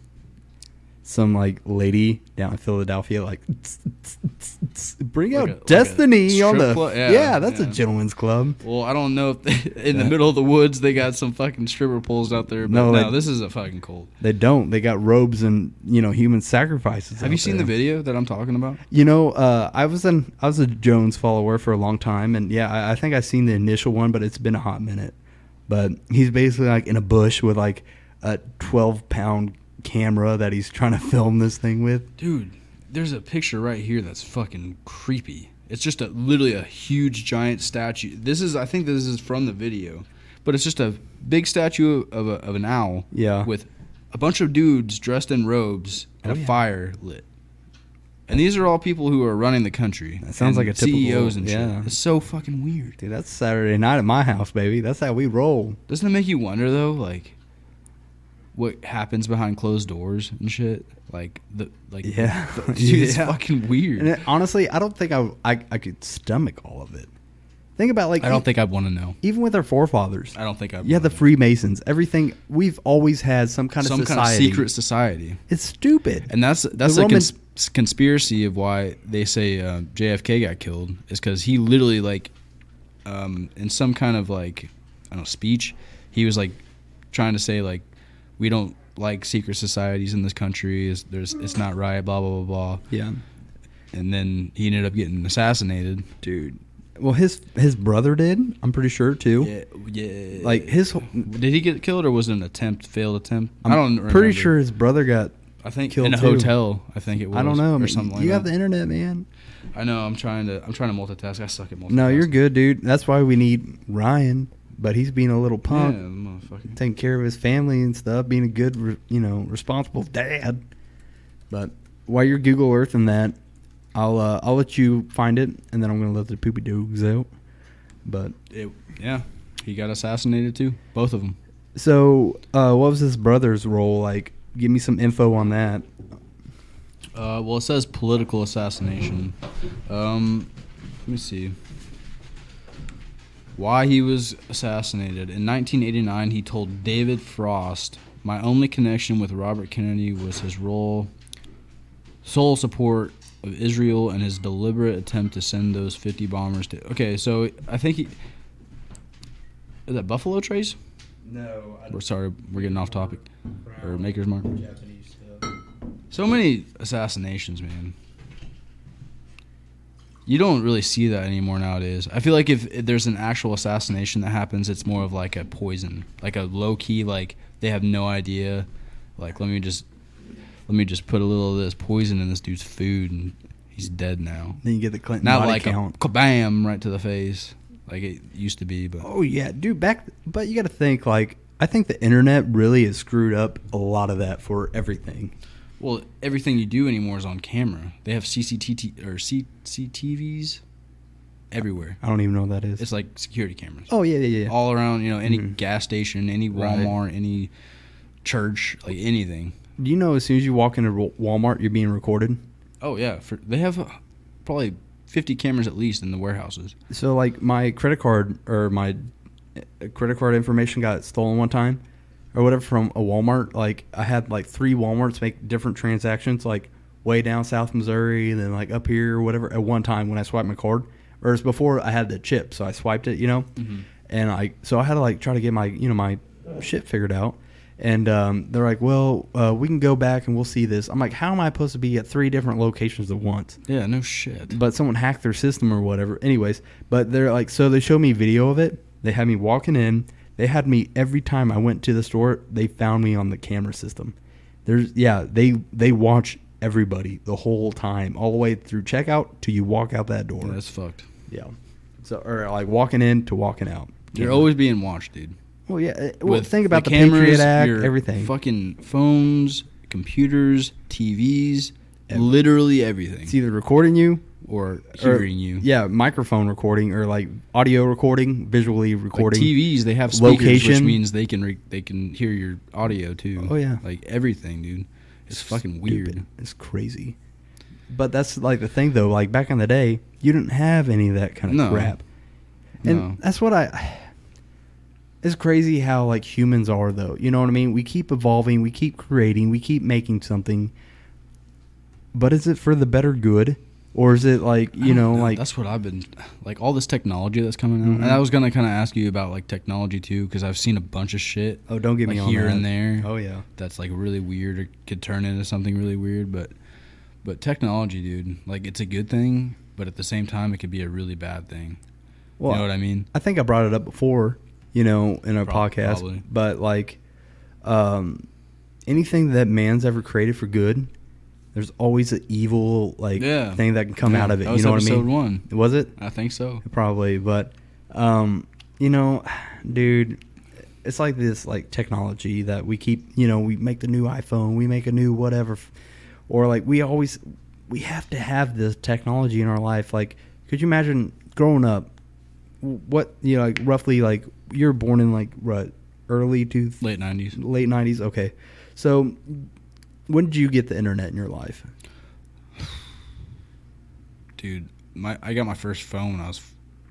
Speaker 2: Some like lady down in Philadelphia, like "Tss, tss, tss, tss, bring
Speaker 1: Like
Speaker 2: out
Speaker 1: a- like a
Speaker 2: Destiny on
Speaker 1: strip
Speaker 2: the
Speaker 1: club? Yeah,
Speaker 2: yeah, that's
Speaker 1: yeah.
Speaker 2: a gentleman's club.
Speaker 1: Well, I don't know if they, in the
Speaker 2: Yeah.
Speaker 1: middle of the woods they got some fucking stripper poles out there. But no,
Speaker 2: No, they-
Speaker 1: this is a fucking cold.
Speaker 2: They don't. They got robes and you know human sacrifices.
Speaker 1: Have you seen the video that I'm talking about?
Speaker 2: You know, uh, I was an I was a Jones follower for a long time, and yeah, I, I think I seen the initial one, but it's been a hot minute. But he's basically like in a bush with like a twelve pound camera that he's trying to film this thing with.
Speaker 1: Dude, there's a picture right here that's fucking creepy. It's just a literally a huge giant statue. This is I think this is from the video, but it's just a big statue of a, of an owl
Speaker 2: Yeah,
Speaker 1: with a bunch of dudes dressed in robes and
Speaker 2: Uh-huh. Oh,
Speaker 1: a
Speaker 2: yeah.
Speaker 1: fire lit. And these are all people who are running the country.
Speaker 2: That sounds
Speaker 1: and
Speaker 2: like a typical-
Speaker 1: CEOs and
Speaker 2: yeah.
Speaker 1: shit. It's so fucking weird.
Speaker 2: dude, that's Saturday night at my house, baby. That's how we roll.
Speaker 1: Doesn't it make you wonder though, like what happens behind closed doors and shit? Like the like
Speaker 2: Yeah.
Speaker 1: the- dude, it's
Speaker 2: Yeah.
Speaker 1: fucking
Speaker 2: And
Speaker 1: weird.
Speaker 2: it- honestly, I don't think I, I I could stomach all of it. Think about like e-,
Speaker 1: I don't think I'd want to know.
Speaker 2: even with our forefathers.
Speaker 1: I don't think I'd.
Speaker 2: Yeah,
Speaker 1: wanna
Speaker 2: the
Speaker 1: know.
Speaker 2: Freemasons, everything. We've always had some kind of
Speaker 1: some kind of
Speaker 2: society.
Speaker 1: secret society,
Speaker 2: It's stupid.
Speaker 1: and that's that's
Speaker 2: The
Speaker 1: a
Speaker 2: Roman-
Speaker 1: cons- conspiracy of why they say uh, JFK got killed is because he literally like, um, in some kind of like, I don't know, speech, he was like trying to say like, we don't like secret societies in this country. Is there's it's not right. Blah blah blah blah.
Speaker 2: yeah.
Speaker 1: and then he ended up getting assassinated.
Speaker 2: dude. Well, his his brother did. I'm pretty sure too.
Speaker 1: yeah.
Speaker 2: Like his, whole-
Speaker 1: did he get killed or was it an attempt, failed attempt?
Speaker 2: I'm
Speaker 1: I don't. Remember.
Speaker 2: pretty sure his brother got.
Speaker 1: I think
Speaker 2: killed
Speaker 1: in a
Speaker 2: too.
Speaker 1: hotel. I think it was.
Speaker 2: I don't know.
Speaker 1: or something.
Speaker 2: you
Speaker 1: like
Speaker 2: have
Speaker 1: that.
Speaker 2: the internet, man.
Speaker 1: I know. I'm trying to. I'm trying to multitask. I suck at multitasking.
Speaker 2: No, you're good, dude. That's why we need Ryan, but he's being a little
Speaker 1: Yeah,
Speaker 2: punk,
Speaker 1: motherfucker.
Speaker 2: taking care of his family and stuff, being a good, re- you know, responsible dad. But while you're Google Earth and that, I'll uh, I'll let you find it, and then I'm gonna let the poopy dogs out. But
Speaker 1: It, yeah, he got assassinated too. Both of them.
Speaker 2: so, uh, what was his brother's role like? Give me some info on that.
Speaker 1: Uh, well, it says political assassination. Um, let me see. Why he was assassinated. In 1989, he told David Frost, My only connection with Robert Kennedy was his role, sole support of Israel, and his deliberate attempt to send those 50 bombers to. Okay, so I think he. Is that Buffalo Trace?
Speaker 2: No, I
Speaker 1: We're sorry, we're getting off topic. Or Maker's Mark.
Speaker 2: Japanese stuff.
Speaker 1: So many assassinations, man. You don't really see that anymore nowadays. I feel like if, if there's an actual assassination that happens, it's more of like a poison, like a low key, like they have no idea. Like let me just, let me just put a little of this poison in this dude's food, and he's dead now.
Speaker 2: Then you get the Clinton
Speaker 1: Not
Speaker 2: body
Speaker 1: like
Speaker 2: count.
Speaker 1: a kabam right to the face, like it used to be. But
Speaker 2: oh yeah, dude. Back, but you got to think like I think the internet really has screwed up a lot of that for everything.
Speaker 1: Well, everything you do anymore is on camera. They have CCTV or C- CTVs everywhere.
Speaker 2: I don't even know what that is.
Speaker 1: It's like security cameras
Speaker 2: oh yeah, yeah, yeah.
Speaker 1: all around. You know, any
Speaker 2: Mhm.
Speaker 1: gas station, any
Speaker 2: Right.
Speaker 1: Walmart, any church, like anything.
Speaker 2: Do you know as soon as you walk into Wa- Walmart, you're being recorded?
Speaker 1: Oh yeah, for, they have uh, probably fifty cameras at least in the warehouses.
Speaker 2: So like my credit card or my uh, credit card information got stolen one time or whatever from a Walmart. Like I had like three Walmarts make different transactions like way down South Missouri and then like up here or whatever at one time when I swiped my card. Whereas before I had the chip, so I swiped it, you know. And I so I had to like try to get my you know my shit figured out. And um, they're like, well, uh, we can go back and we'll see this. I'm like, how am I supposed to be at three different locations at once?
Speaker 1: Yeah, no shit.
Speaker 2: but someone hacked their system or whatever. Anyways, but they're like, so they show me video of it. They had me walking in. They had me every time I went to the store. They found me on the camera system. There's yeah, they they watch everybody the whole time, all the way through checkout till you walk out that door.
Speaker 1: Yeah, that's fucked.
Speaker 2: Yeah, so or like walking in to walking out.
Speaker 1: You're always being watched, dude.
Speaker 2: well, yeah. eh, Well,
Speaker 1: With
Speaker 2: think about the, Patriot Act,
Speaker 1: your
Speaker 2: everything.
Speaker 1: Fucking phones, computers, TVs, literally everything.
Speaker 2: It's either recording you
Speaker 1: or
Speaker 2: or
Speaker 1: hearing you.
Speaker 2: yeah, microphone recording or like audio recording, visually
Speaker 1: Like
Speaker 2: recording.
Speaker 1: TVs, they have speakers, which
Speaker 2: Location.
Speaker 1: means they can re- they can hear your audio too.
Speaker 2: Oh, yeah.
Speaker 1: like everything, dude. It's fucking weird.
Speaker 2: Stupid. It's crazy. But that's like the thing though. Like back in the day, you didn't have any of that kind of
Speaker 1: No.
Speaker 2: crap. And
Speaker 1: No.
Speaker 2: that's what I. It's crazy how like humans are though. You know what I mean? We keep evolving, we keep creating, we keep making something. But is it for the better good, or is it like
Speaker 1: I
Speaker 2: you know
Speaker 1: don't
Speaker 2: like
Speaker 1: that's what I've been like all this technology that's coming out.
Speaker 2: Mhm.
Speaker 1: And I was gonna kind of ask you about like technology too because I've seen a bunch of shit
Speaker 2: oh don't get me
Speaker 1: like,
Speaker 2: on
Speaker 1: here
Speaker 2: that.
Speaker 1: and there.
Speaker 2: Oh yeah.
Speaker 1: that's like really weird or could turn into something really weird but but technology dude like it's a good thing but at the same time it could be a really bad thing
Speaker 2: Well,
Speaker 1: you know what i mean
Speaker 2: I think I brought it up before, you know, in a
Speaker 1: Prob-
Speaker 2: podcast.
Speaker 1: probably.
Speaker 2: But like, um, anything that man's ever created for good, there's always an evil like
Speaker 1: Yeah.
Speaker 2: thing that can come
Speaker 1: Yeah,
Speaker 2: out of it.
Speaker 1: that
Speaker 2: You
Speaker 1: was
Speaker 2: know what I
Speaker 1: episode
Speaker 2: mean?
Speaker 1: one
Speaker 2: Was it
Speaker 1: i think so
Speaker 2: probably? But um, you know, dude, it's like this like technology that we keep. You know, we make the new iPhone, we make a new whatever, f- or like we always we have to have this technology in our life. Like, could you imagine growing up? what you know, like roughly like you're born in like what early to
Speaker 1: late 90s
Speaker 2: late 90s okay so when did you get the internet in your life
Speaker 1: dude my i got my first phone when i was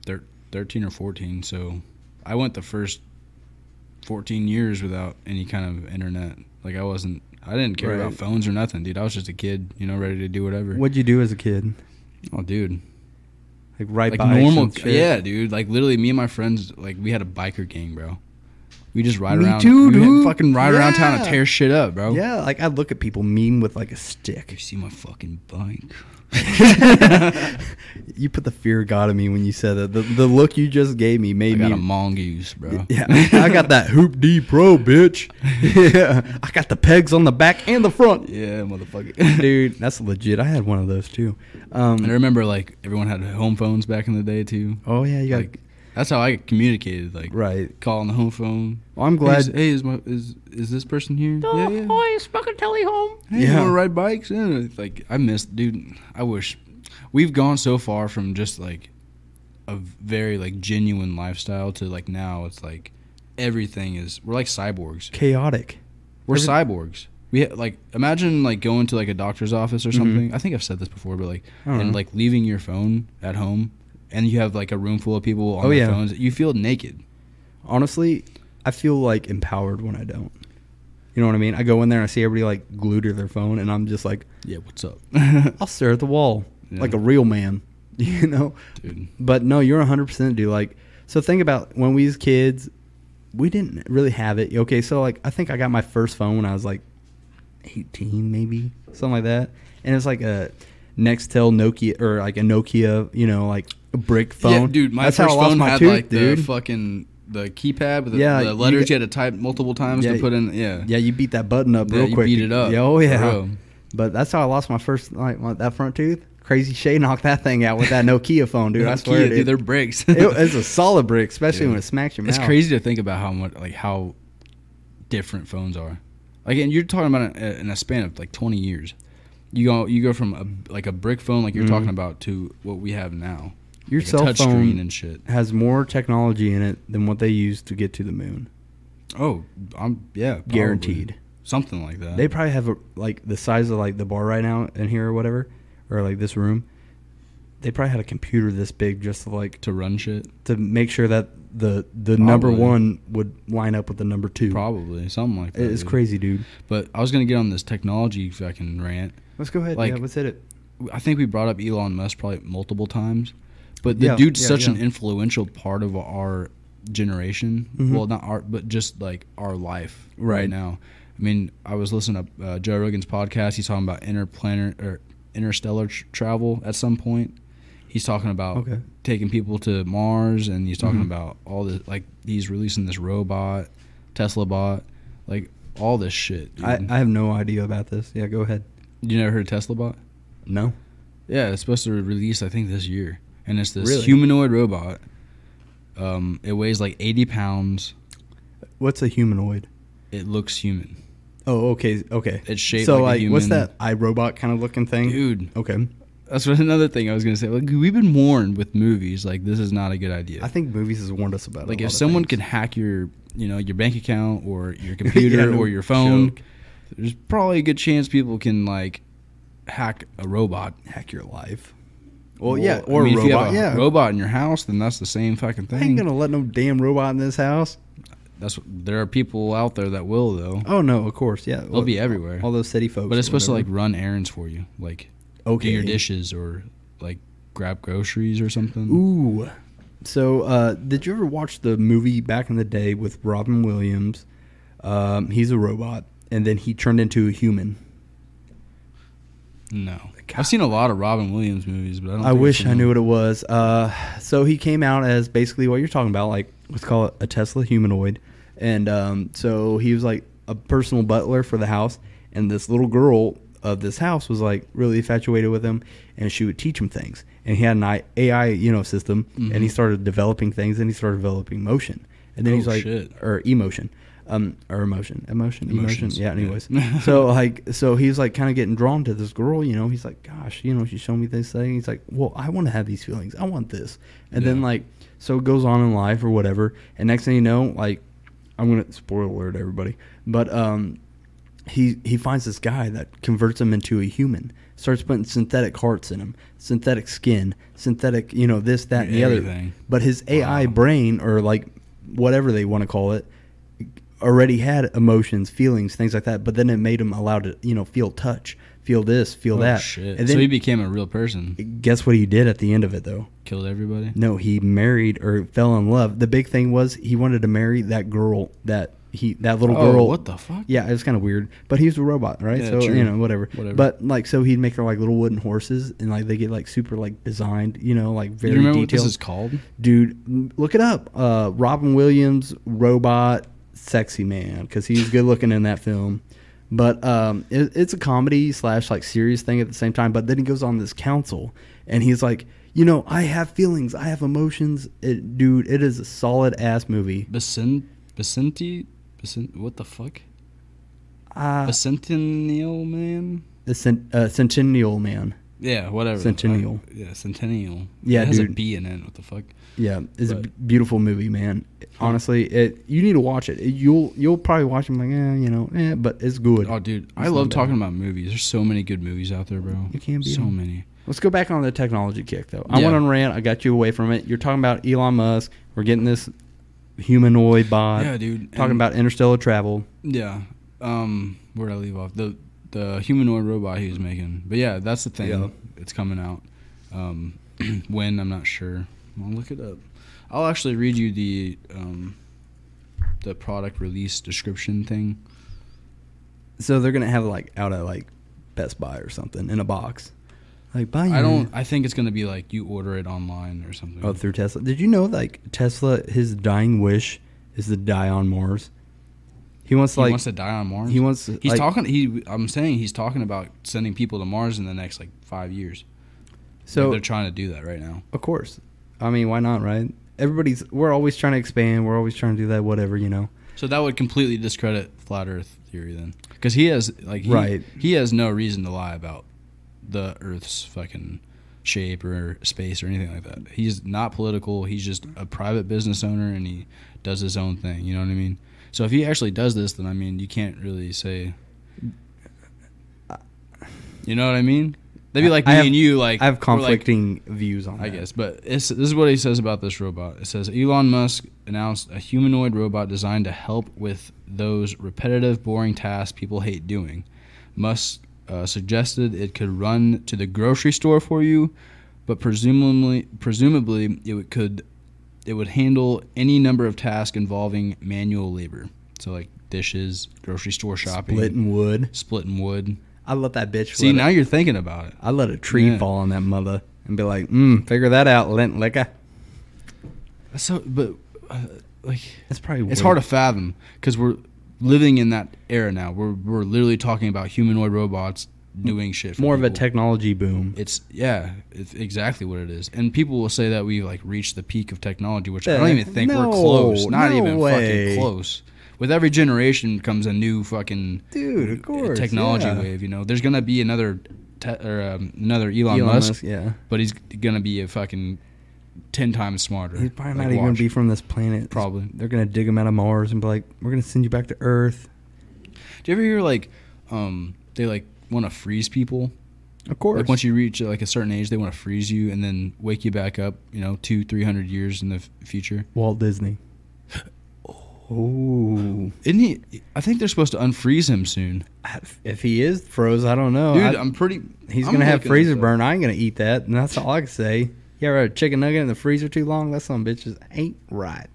Speaker 1: thir- 13 or 14 so i went the first 14 years without any kind of internet like i wasn't i didn't care about
Speaker 2: Right.
Speaker 1: phones or nothing dude i was just a kid you know ready to do whatever
Speaker 2: what'd you do as a kid
Speaker 1: oh dude
Speaker 2: like right
Speaker 1: like
Speaker 2: by
Speaker 1: normal,
Speaker 2: some shit?
Speaker 1: yeah, dude. Like literally, me and my friends, like we had a biker gang, bro. We just ride
Speaker 2: Me
Speaker 1: around,
Speaker 2: too,
Speaker 1: we hit-
Speaker 2: dude.
Speaker 1: fucking ride around town and
Speaker 2: Yeah.
Speaker 1: tear shit up, bro.
Speaker 2: yeah like i'd look at people mean with like a
Speaker 1: you
Speaker 2: stick
Speaker 1: see my fucking bike.
Speaker 2: you put the fear of god in me when you said that the, the look you just gave me
Speaker 1: I
Speaker 2: made
Speaker 1: got a
Speaker 2: me
Speaker 1: mongoose, bro.
Speaker 2: yeah i got that hoop d pro bitch yeah i got the pegs on the back and the front
Speaker 1: yeah, motherfucker,
Speaker 2: dude that's legit i had one of those too
Speaker 1: And I
Speaker 2: um
Speaker 1: remember like everyone had home phones back in the day too.
Speaker 2: oh yeah you got
Speaker 1: Like that's how I communicated. Like
Speaker 2: right
Speaker 1: call on the home phone.
Speaker 2: Well, I'm
Speaker 1: Hey,
Speaker 2: glad.
Speaker 1: is, hey, is my is is this person here? Mm-hmm. yeah, yeah.
Speaker 2: it's fucking home.
Speaker 1: Hey, you
Speaker 2: yeah.
Speaker 1: want to ride bikes? Yeah, it's like I miss, dude. I wish we've gone so far from just like a very like genuine lifestyle to like now it's like everything is we're like cyborgs.
Speaker 2: Chaotic.
Speaker 1: We're
Speaker 2: Every-
Speaker 1: cyborgs. We ha- like imagine like going to like a doctor's office
Speaker 2: Mm-hmm.
Speaker 1: or something. I think I've said this before, but like
Speaker 2: I don't
Speaker 1: and
Speaker 2: know.
Speaker 1: like leaving your phone at home and you have like a room full of people on
Speaker 2: Oh,
Speaker 1: their
Speaker 2: yeah.
Speaker 1: phones. You feel naked.
Speaker 2: Honestly, I feel like empowered when I don't. You know what I mean? I go in there and I see everybody like glued to their phone, and I'm just like,
Speaker 1: Yeah, what's up,
Speaker 2: I'll stare at the wall
Speaker 1: Yeah.
Speaker 2: like a real man, you know?
Speaker 1: dude?
Speaker 2: But no, you're 100% dude. Like, so think about when we was kids, we didn't really have it. Okay, so like, I think I got my first phone when I was like 18, maybe something like that, and it's like a Nextel Nokia or like a Nokia, you know, like a brick phone.
Speaker 1: Yeah, dude, my
Speaker 2: That's how I
Speaker 1: first
Speaker 2: lost
Speaker 1: phone
Speaker 2: my
Speaker 1: had
Speaker 2: tooth,
Speaker 1: like
Speaker 2: dude.
Speaker 1: the fucking the keypad with the,
Speaker 2: Yeah,
Speaker 1: the
Speaker 2: you
Speaker 1: letters you,
Speaker 2: get-
Speaker 1: had to type multiple times
Speaker 2: Yeah,
Speaker 1: to put in. Yeah,
Speaker 2: yeah, you beat that button up
Speaker 1: Yeah,
Speaker 2: real
Speaker 1: you
Speaker 2: quick.
Speaker 1: beat it up,
Speaker 2: Yeah, oh
Speaker 1: for
Speaker 2: yeah.
Speaker 1: real.
Speaker 2: But that's how I lost my first like my, that front tooth. Crazy Shay knocked that thing out with that Nokia phone, dude. I
Speaker 1: Nokia,
Speaker 2: swear,
Speaker 1: dude,
Speaker 2: dude.
Speaker 1: they're bricks.
Speaker 2: it, it's a solid brick, especially
Speaker 1: Dude.
Speaker 2: when it smacks your mouth.
Speaker 1: It's crazy to think about how much like how different phones are. Like, and you're talking about a, in a span of like 20 years. You go you go from a, like a brick phone like you're
Speaker 2: Mhm.
Speaker 1: talking about to what we have now.
Speaker 2: Your
Speaker 1: like a
Speaker 2: cell
Speaker 1: touch
Speaker 2: phone
Speaker 1: screen and shit.
Speaker 2: has more technology in it than what they used to get to the moon.
Speaker 1: Oh, I'm yeah, probably.
Speaker 2: Guaranteed.
Speaker 1: Something like that.
Speaker 2: They probably have a, like the size of like the bar right now in here or whatever, or like this room. They probably had a computer this big just to like
Speaker 1: to run shit.
Speaker 2: to make sure that the the number
Speaker 1: Probably.
Speaker 2: one would line up with the number two.
Speaker 1: Probably something like that.
Speaker 2: It's
Speaker 1: dude.
Speaker 2: crazy, dude.
Speaker 1: But I was gonna get on this technology fucking rant.
Speaker 2: Let's go ahead.
Speaker 1: Like-
Speaker 2: yeah, let's hit it.
Speaker 1: I think we brought up Elon Musk probably multiple times, but the
Speaker 2: Yeah,
Speaker 1: dude's
Speaker 2: yeah,
Speaker 1: such an
Speaker 2: yeah.
Speaker 1: influential part of our generation.
Speaker 2: Mhm.
Speaker 1: Well, not our, but just like our life right,
Speaker 2: Right.
Speaker 1: now. I mean, I was listening to uh, Joe Rogan's podcast. He's talking about interplanar or interstellar tr- travel at some point. He's talking about
Speaker 2: Okay.
Speaker 1: taking people to Mars, and he's talking
Speaker 2: Mhm.
Speaker 1: about all the like he's releasing this robot, Tesla bot, like all this shit. dude.
Speaker 2: I, I have no idea about this. Yeah, go ahead.
Speaker 1: you never heard of Tesla bot?
Speaker 2: No.
Speaker 1: Yeah, it's supposed to release I think this year, and it's this
Speaker 2: Really?
Speaker 1: humanoid robot. Um, it weighs like eighty pounds.
Speaker 2: What's a humanoid?
Speaker 1: It looks human,
Speaker 2: Oh, okay, okay.
Speaker 1: It's shaped
Speaker 2: So
Speaker 1: like a
Speaker 2: like, what's
Speaker 1: human.
Speaker 2: that iRobot kind of looking thing?
Speaker 1: dude.
Speaker 2: Okay.
Speaker 1: That's what, another thing I was gonna say. Like we've been warned with movies, like this is not a good idea.
Speaker 2: I think movies has warned us about. a
Speaker 1: like
Speaker 2: lot
Speaker 1: if
Speaker 2: of
Speaker 1: someone
Speaker 2: things.
Speaker 1: can hack your, you know, your bank account or your computer
Speaker 2: no
Speaker 1: or your phone,
Speaker 2: joke.
Speaker 1: there's probably a good chance people can like hack a robot.
Speaker 2: hack your life. Well, yeah,
Speaker 1: I
Speaker 2: or
Speaker 1: mean, if you have
Speaker 2: robot.
Speaker 1: a
Speaker 2: yeah,
Speaker 1: robot in your house, then that's the same fucking
Speaker 2: I ain't
Speaker 1: thing.
Speaker 2: gonna let no damn robot in this house.
Speaker 1: That's what- there are people out there that will though.
Speaker 2: Oh no, of course, yeah.
Speaker 1: They'll be everywhere.
Speaker 2: All those city folks.
Speaker 1: But it's
Speaker 2: or
Speaker 1: supposed to like
Speaker 2: whatever.
Speaker 1: run errands for you, like
Speaker 2: okay.
Speaker 1: do your dishes or like grab groceries or something.
Speaker 2: Ooh. So, uh, did you ever watch the movie back in the day with Robin Williams? Um, he's a robot, and then he turned into a human.
Speaker 1: No,
Speaker 2: God.
Speaker 1: I've seen a lot of Robin Williams movies, but I don't.
Speaker 2: I
Speaker 1: think I've
Speaker 2: wish
Speaker 1: seen
Speaker 2: I knew
Speaker 1: them.
Speaker 2: what it was. Uh, so he came out as basically what you're talking about, like let's call it a Tesla humanoid. And um, so he was like a personal butler for the house, and this little girl of this house was like really infatuated with him, and she would teach him things. And he had an I- AI, you know, system, and
Speaker 1: Mm-hmm.
Speaker 2: he started developing things, and he started developing motion, and then
Speaker 1: Oh,
Speaker 2: he's like,
Speaker 1: shit.
Speaker 2: or emotion. Um, or emotion, emotion, emotion.
Speaker 1: Emotions.
Speaker 2: Yeah. Anyways,
Speaker 1: Yeah.
Speaker 2: so like, so he's like kind of getting drawn to this girl. You know, he's like, gosh, you know, she's showing me this thing. He's like, well, I want to have these feelings. I want this. And then
Speaker 1: Yeah.
Speaker 2: like, so it goes on in life or whatever. And next thing you know, like, I'm gonna spoiler alert everybody, but um, he he finds this guy that converts him into a human. Starts putting synthetic hearts in him, synthetic skin, synthetic, you know, this, that, and the other.
Speaker 1: Everything.
Speaker 2: But his AI
Speaker 1: Wow.
Speaker 2: brain, or like whatever they want to call it, already had emotions, feelings, things like that. But then it made him allowed to, you know, feel touch, feel this, feel
Speaker 1: Oh,
Speaker 2: that.
Speaker 1: shit.
Speaker 2: And
Speaker 1: so he
Speaker 2: then
Speaker 1: became a real person,
Speaker 2: guess what he did at the end of it though?
Speaker 1: killed everybody.
Speaker 2: No, he married or fell in love. The big thing was he wanted to marry that girl that he that little
Speaker 1: Oh,
Speaker 2: girl.
Speaker 1: what the fuck?
Speaker 2: Yeah, it was kind of weird, but he was a robot, right?
Speaker 1: Yeah,
Speaker 2: so
Speaker 1: true.
Speaker 2: you know, whatever.
Speaker 1: Whatever.
Speaker 2: But like, so he'd make her like little wooden horses, and like they get like super like designed, you know, like
Speaker 1: Do
Speaker 2: very
Speaker 1: you remember
Speaker 2: detailed
Speaker 1: what this is called?
Speaker 2: dude m- look it up uh robin williams robot sexy man because he's good looking in that film but um it, it's a comedy slash like serious thing at the same time but then he goes on this council and he's like you know i have feelings i have emotions it, dude it is a solid ass movie
Speaker 1: Vicen- Vicente, Vicen- what the fuck?
Speaker 2: uh,
Speaker 1: Bicentennial man.
Speaker 2: the cent- uh, centennial man
Speaker 1: Yeah, whatever. the fuck.
Speaker 2: Centennial.
Speaker 1: Yeah, centennial.
Speaker 2: Yeah,
Speaker 1: it has a
Speaker 2: dude.
Speaker 1: B in it. What the fuck?
Speaker 2: yeah it's a
Speaker 1: Right.
Speaker 2: b- beautiful movie man honestly it you need to watch it, It- you'll you'll probably watch him like eh, you know eh, but it's good
Speaker 1: Oh, dude, I
Speaker 2: It's
Speaker 1: love
Speaker 2: not bad.
Speaker 1: talking about movies. There's so many good movies out there, bro.
Speaker 2: You can't beat
Speaker 1: so
Speaker 2: 'em.
Speaker 1: many.
Speaker 2: Let's go back on the technology kick, though. I
Speaker 1: Yeah.
Speaker 2: went on a rant. I got you away from it. You're talking about Elon Musk. We're getting this humanoid bot.
Speaker 1: yeah, dude.
Speaker 2: Talking
Speaker 1: and-
Speaker 2: about interstellar travel.
Speaker 1: Yeah. Um, where'd I leave off? The the humanoid robot he was making. But yeah, that's the thing.
Speaker 2: Yeah.
Speaker 1: It's coming out. Um, when I'm not sure. I'll look it up. I'll actually read you the um, the product release description thing.
Speaker 2: So they're gonna have it, like out at like Best Buy or something in a box. Like buy.
Speaker 1: I
Speaker 2: your-
Speaker 1: don't. I think it's gonna be like you order it online or something.
Speaker 2: Oh, through Tesla. Did you know like Tesla? His dying wish is to die on Mars. He wants
Speaker 1: he
Speaker 2: to like.
Speaker 1: wants to die on Mars.
Speaker 2: he wants. to,
Speaker 1: He's
Speaker 2: like-
Speaker 1: talking. He. I'm saying he's talking about sending people to Mars in the next like five years. So
Speaker 2: So
Speaker 1: they're trying to do that right now.
Speaker 2: of course, I mean, why not, right? Everybody's. We're always trying to expand. We're always trying to do that. Whatever, you know.
Speaker 1: So that would completely discredit flat Earth theory then, because he has like he,
Speaker 2: Right.
Speaker 1: he has no reason to lie about the Earth's fucking shape or space or anything like that. He's not political. He's just a private business owner and he does his own thing. You know what I mean? So if he actually does this, then I mean you can't really say. You know what I mean? That'd be like
Speaker 2: I
Speaker 1: me
Speaker 2: have-
Speaker 1: and you. Like
Speaker 2: I have
Speaker 1: we're like-
Speaker 2: conflicting views on.
Speaker 1: I
Speaker 2: that.
Speaker 1: guess. But it's, this is what he says about this robot. It says Elon Musk announced a humanoid robot designed to help with those repetitive, boring tasks people hate doing. Musk uh, suggested it could run to the grocery store for you, but presumably, presumably it would, could it would handle any number of tasks involving manual labor. So like dishes, grocery store shopping,
Speaker 2: Splitting wood.
Speaker 1: splitting wood.
Speaker 2: I let that bitch.
Speaker 1: See,
Speaker 2: let
Speaker 1: now
Speaker 2: it-
Speaker 1: you're thinking about it.
Speaker 2: I let a tree
Speaker 1: Yeah.
Speaker 2: fall on that mother and be like, mm, figure that out, lint licker.
Speaker 1: So, but uh, like.
Speaker 2: That's probably.
Speaker 1: It's
Speaker 2: way-
Speaker 1: hard to fathom because we're living in that era now. We're we're literally talking about humanoid robots doing shit. For
Speaker 2: More of a
Speaker 1: people.
Speaker 2: technology boom.
Speaker 1: It's yeah, it's exactly what it is. And people will say that we like reached the peak of technology, which I
Speaker 2: Uh,
Speaker 1: don't even think
Speaker 2: no,
Speaker 1: we're close. Not
Speaker 2: no
Speaker 1: even
Speaker 2: way.
Speaker 1: fucking close. With every generation comes a new fucking
Speaker 2: Dude, of course,
Speaker 1: technology
Speaker 2: yeah.
Speaker 1: wave. You know, there's gonna be another te- or um, another Elon,
Speaker 2: Elon
Speaker 1: Musk,
Speaker 2: Musk, yeah.
Speaker 1: but he's gonna be a fucking ten times smarter.
Speaker 2: He's probably
Speaker 1: Like,
Speaker 2: not even gonna
Speaker 1: watch.
Speaker 2: be from this planet.
Speaker 1: Probably.
Speaker 2: They're gonna dig him out of Mars and be like, "We're gonna send you back to Earth."
Speaker 1: Do you ever hear like um they like want to freeze people?
Speaker 2: Of course.
Speaker 1: Like once you reach like a certain age, they want to freeze you and then wake you back up. You know, two three hundred years in the f- future.
Speaker 2: Walt Disney. Oh.
Speaker 1: Isn't he? I think they're supposed to unfreeze him soon,
Speaker 2: If he is froze, I don't know.
Speaker 1: dude.
Speaker 2: I-
Speaker 1: Oh, I, am pretty.
Speaker 2: he's
Speaker 1: I'm
Speaker 2: gonna have
Speaker 1: looking
Speaker 2: freezer
Speaker 1: this up.
Speaker 2: burn. I ain't gonna eat that, and that's all I can say. You ever had a chicken nugget in the freezer too long? That some bitches ain't right.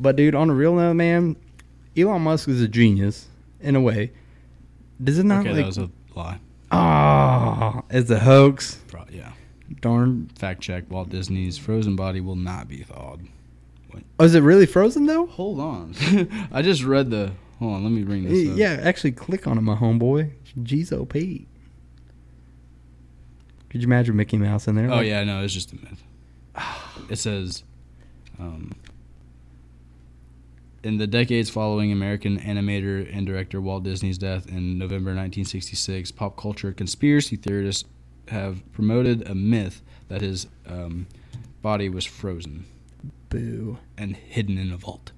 Speaker 2: But dude, on a real note, man, Elon Musk is a genius in a way. Does it not
Speaker 1: Okay,
Speaker 2: like
Speaker 1: that was a lie.
Speaker 2: ah? it's a hoax.
Speaker 1: Pro- yeah.
Speaker 2: Darn.
Speaker 1: Fact check: Walt Disney's frozen body will not be thawed.
Speaker 2: Oh, is it really frozen though?
Speaker 1: Hold on. I just read the. Hold on. Let me bring this up.
Speaker 2: Yeah, actually, click on it, my homeboy. Jeez, Pete. Could you imagine Mickey Mouse in there?
Speaker 1: Oh
Speaker 2: Like,
Speaker 1: yeah, no, it's just a myth. It says, um, in the decades following American animator and director Walt Disney's death in November 1966, pop culture conspiracy theorists have promoted a myth that his um, body was frozen
Speaker 2: Boo.
Speaker 1: and hidden in a vault.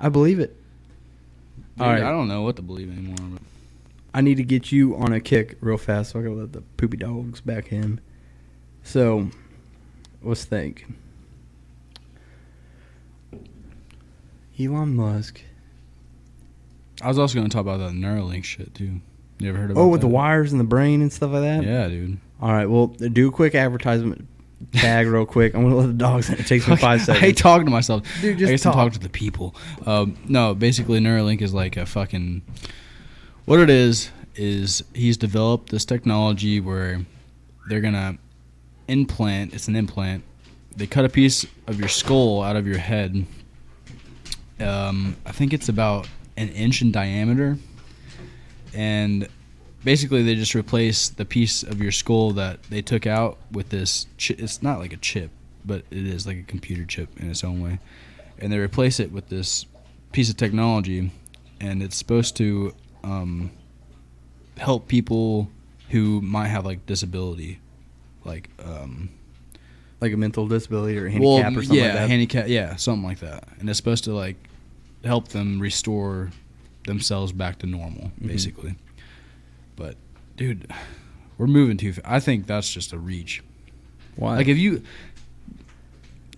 Speaker 2: I believe it.
Speaker 1: Dude,
Speaker 2: All right.
Speaker 1: I don't know what to believe anymore. but-
Speaker 2: I need to get you on a kick real fast so I can let the poopy dogs back in. So, let's think. Elon Musk.
Speaker 1: I was also going to talk about that Neuralink shit too. You ever heard about?
Speaker 2: Oh, with
Speaker 1: that?
Speaker 2: the wires and the brain and stuff like that?
Speaker 1: Yeah, dude.
Speaker 2: All right, well, do a quick advertisement tag real quick. I'm going to let the dogs in. It takes me five
Speaker 1: Fuck,
Speaker 2: seconds.
Speaker 1: I hate talking to myself.
Speaker 2: Dude, just
Speaker 1: I guess
Speaker 2: talk.
Speaker 1: I'm talking to the people. Um, no, basically, Neuralink is like a fucking. What it is is he's developed this technology where they're gonna implant. It's an implant. They cut a piece of your skull out of your head. Um, I think it's about an inch in diameter, and basically they just replace the piece of your skull that they took out with this. Chi- it's not like a chip, but it is like a computer chip in its own way, and they replace it with this piece of technology, and it's supposed to um, help people who might have like disability, like um,
Speaker 2: like a mental disability or handicap or something
Speaker 1: yeah,
Speaker 2: like that.
Speaker 1: handicap, yeah, something like that, and it's supposed to like help them restore themselves back to normal,
Speaker 2: Mm-hmm.
Speaker 1: basically. But dude, we're moving too. Fa- I think that's just a reach.
Speaker 2: Why?
Speaker 1: Like if you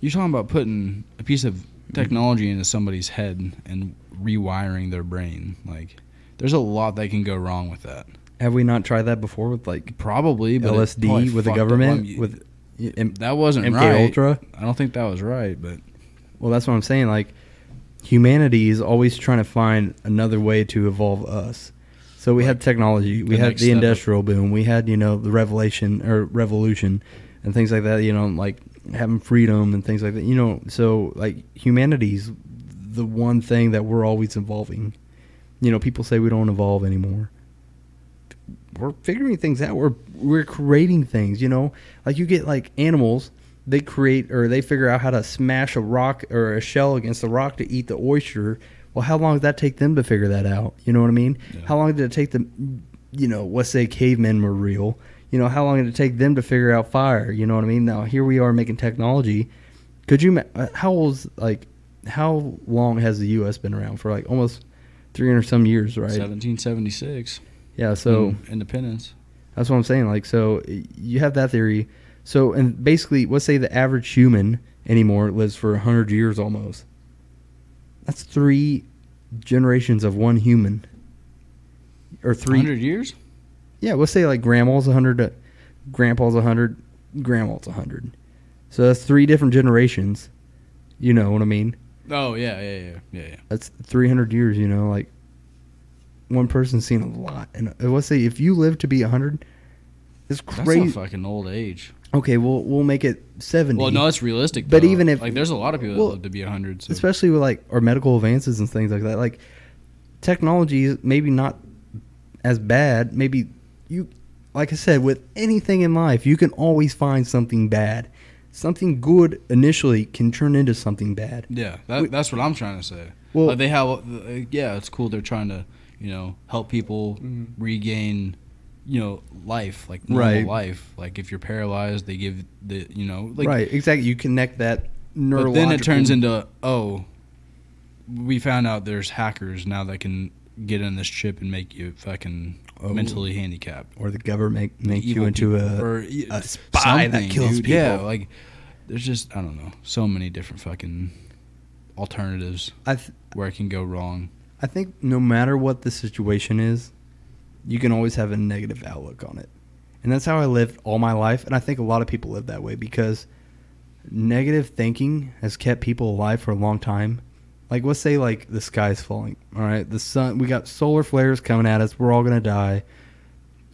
Speaker 1: you're talking about putting a piece of technology into somebody's head and rewiring their brain, like there's a lot that can go wrong with that.
Speaker 2: Have we not tried that before with like
Speaker 1: Probably, but it probably
Speaker 2: LSD with
Speaker 1: fucked
Speaker 2: the
Speaker 1: up.
Speaker 2: government?
Speaker 1: Um,
Speaker 2: with M-
Speaker 1: that wasn't
Speaker 2: MK
Speaker 1: right.
Speaker 2: Ultra?
Speaker 1: I don't think that was right, but
Speaker 2: Well, that's what I'm saying. Like, humanity is always trying to find another way to evolve us. So we had technology, we
Speaker 1: The
Speaker 2: had
Speaker 1: next
Speaker 2: the
Speaker 1: step.
Speaker 2: industrial boom, we had you know the revelation or revolution and things like that. You know, like having freedom and things like that. You know, so like humanity's the one thing that we're always evolving. You know, people say we don't evolve anymore. We're figuring things out. We're we're creating things. You know, like you get like animals they create or they figure out how to smash a rock or a shell against the rock to eat the oyster. Well, how long did that take them to figure that out? You know what I mean?
Speaker 1: Yeah.
Speaker 2: How long did it take them, you know, let's say cavemen were real, you know, how long did it take them to figure out fire? You know what I mean? Now, here we are making technology. Could you, ma- uh, how old's, like, how long has the U.S. been around? For like almost 300 some years, right?
Speaker 1: 1776.
Speaker 2: Yeah, so.
Speaker 1: in Hmm. independence.
Speaker 2: That's what I'm saying. Like, so y- you have that theory. So, and basically, let's say the average human anymore lives for 100 years almost. That's three generations of one human. Or three.
Speaker 1: 100 years?
Speaker 2: Yeah, let's say like grandma's 100, uh, grandpa's 100, grandma's 100. So that's three different generations. You know what I mean?
Speaker 1: Oh yeah, yeah, yeah, yeah, yeah.
Speaker 2: That's 300 years, you know? Like, one person's seen a lot. And uh, let's say if you live to be 100, it's
Speaker 1: That's
Speaker 2: crazy.
Speaker 1: not fucking old age.
Speaker 2: Okay, we'll we'll make it seventy.
Speaker 1: Well, no, that's realistic.
Speaker 2: But
Speaker 1: though.
Speaker 2: even if-
Speaker 1: like, there's a lot of people
Speaker 2: well,
Speaker 1: that live to be 100. So.
Speaker 2: especially with like our medical advances and things like that. Like technology is maybe not as bad. Maybe you, like I said, with anything in life, you can always find something bad. Something good initially can turn into something bad.
Speaker 1: yeah, that,
Speaker 2: we-
Speaker 1: that's what I'm trying to say.
Speaker 2: Well-
Speaker 1: like they have, uh, yeah, it's cool. They're trying to, you know, help people regain, you know, life, like normal
Speaker 2: Mm-hmm. Right.
Speaker 1: life. Like if you're paralyzed, they give the, you know, like
Speaker 2: right, exactly. You connect that
Speaker 1: But
Speaker 2: neurological.
Speaker 1: then it turns into oh, we found out there's hackers now that can get in this chip and make you fucking
Speaker 2: Oh.
Speaker 1: mentally handicapped.
Speaker 2: or the government make, make you
Speaker 1: Evil
Speaker 2: into
Speaker 1: people-
Speaker 2: a
Speaker 1: or e-
Speaker 2: a spy that
Speaker 1: something,
Speaker 2: kills people.
Speaker 1: Yeah, like there's just I don't know so many different fucking alternatives
Speaker 2: I th-
Speaker 1: where it can go wrong.
Speaker 2: I think no matter what the situation is, you can always have a negative outlook on it. And that's how I lived all my life. And I think a lot of people live that way because negative thinking has kept people alive for a long time. Like, let's say, like, the sky's falling. All right. The sun, we got solar flares coming at us. We're all going to die.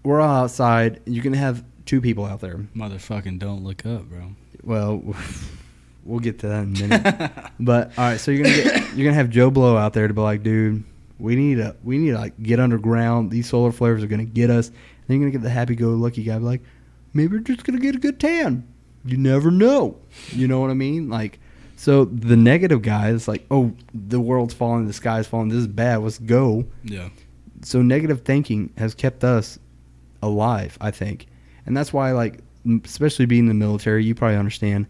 Speaker 2: We're all outside. You're going to have two people out there.
Speaker 1: Motherfucking don't look up, bro.
Speaker 2: Well, we'll get to that in a minute. But all right, so you're gonna get, you're gonna have Joe Blow out there to be like, dude, we need to we need to like get underground. These solar flares are gonna get us. And then you're gonna get the happy-go-lucky guy be like, maybe we're just gonna get a good tan. You never know. You know what I mean? Like, so the negative guy is like, oh, the world's falling, the sky's falling, this is bad. Let's go.
Speaker 1: yeah,
Speaker 2: So negative thinking has kept us alive, I think, and that's why like m- especially being in the military, you probably understand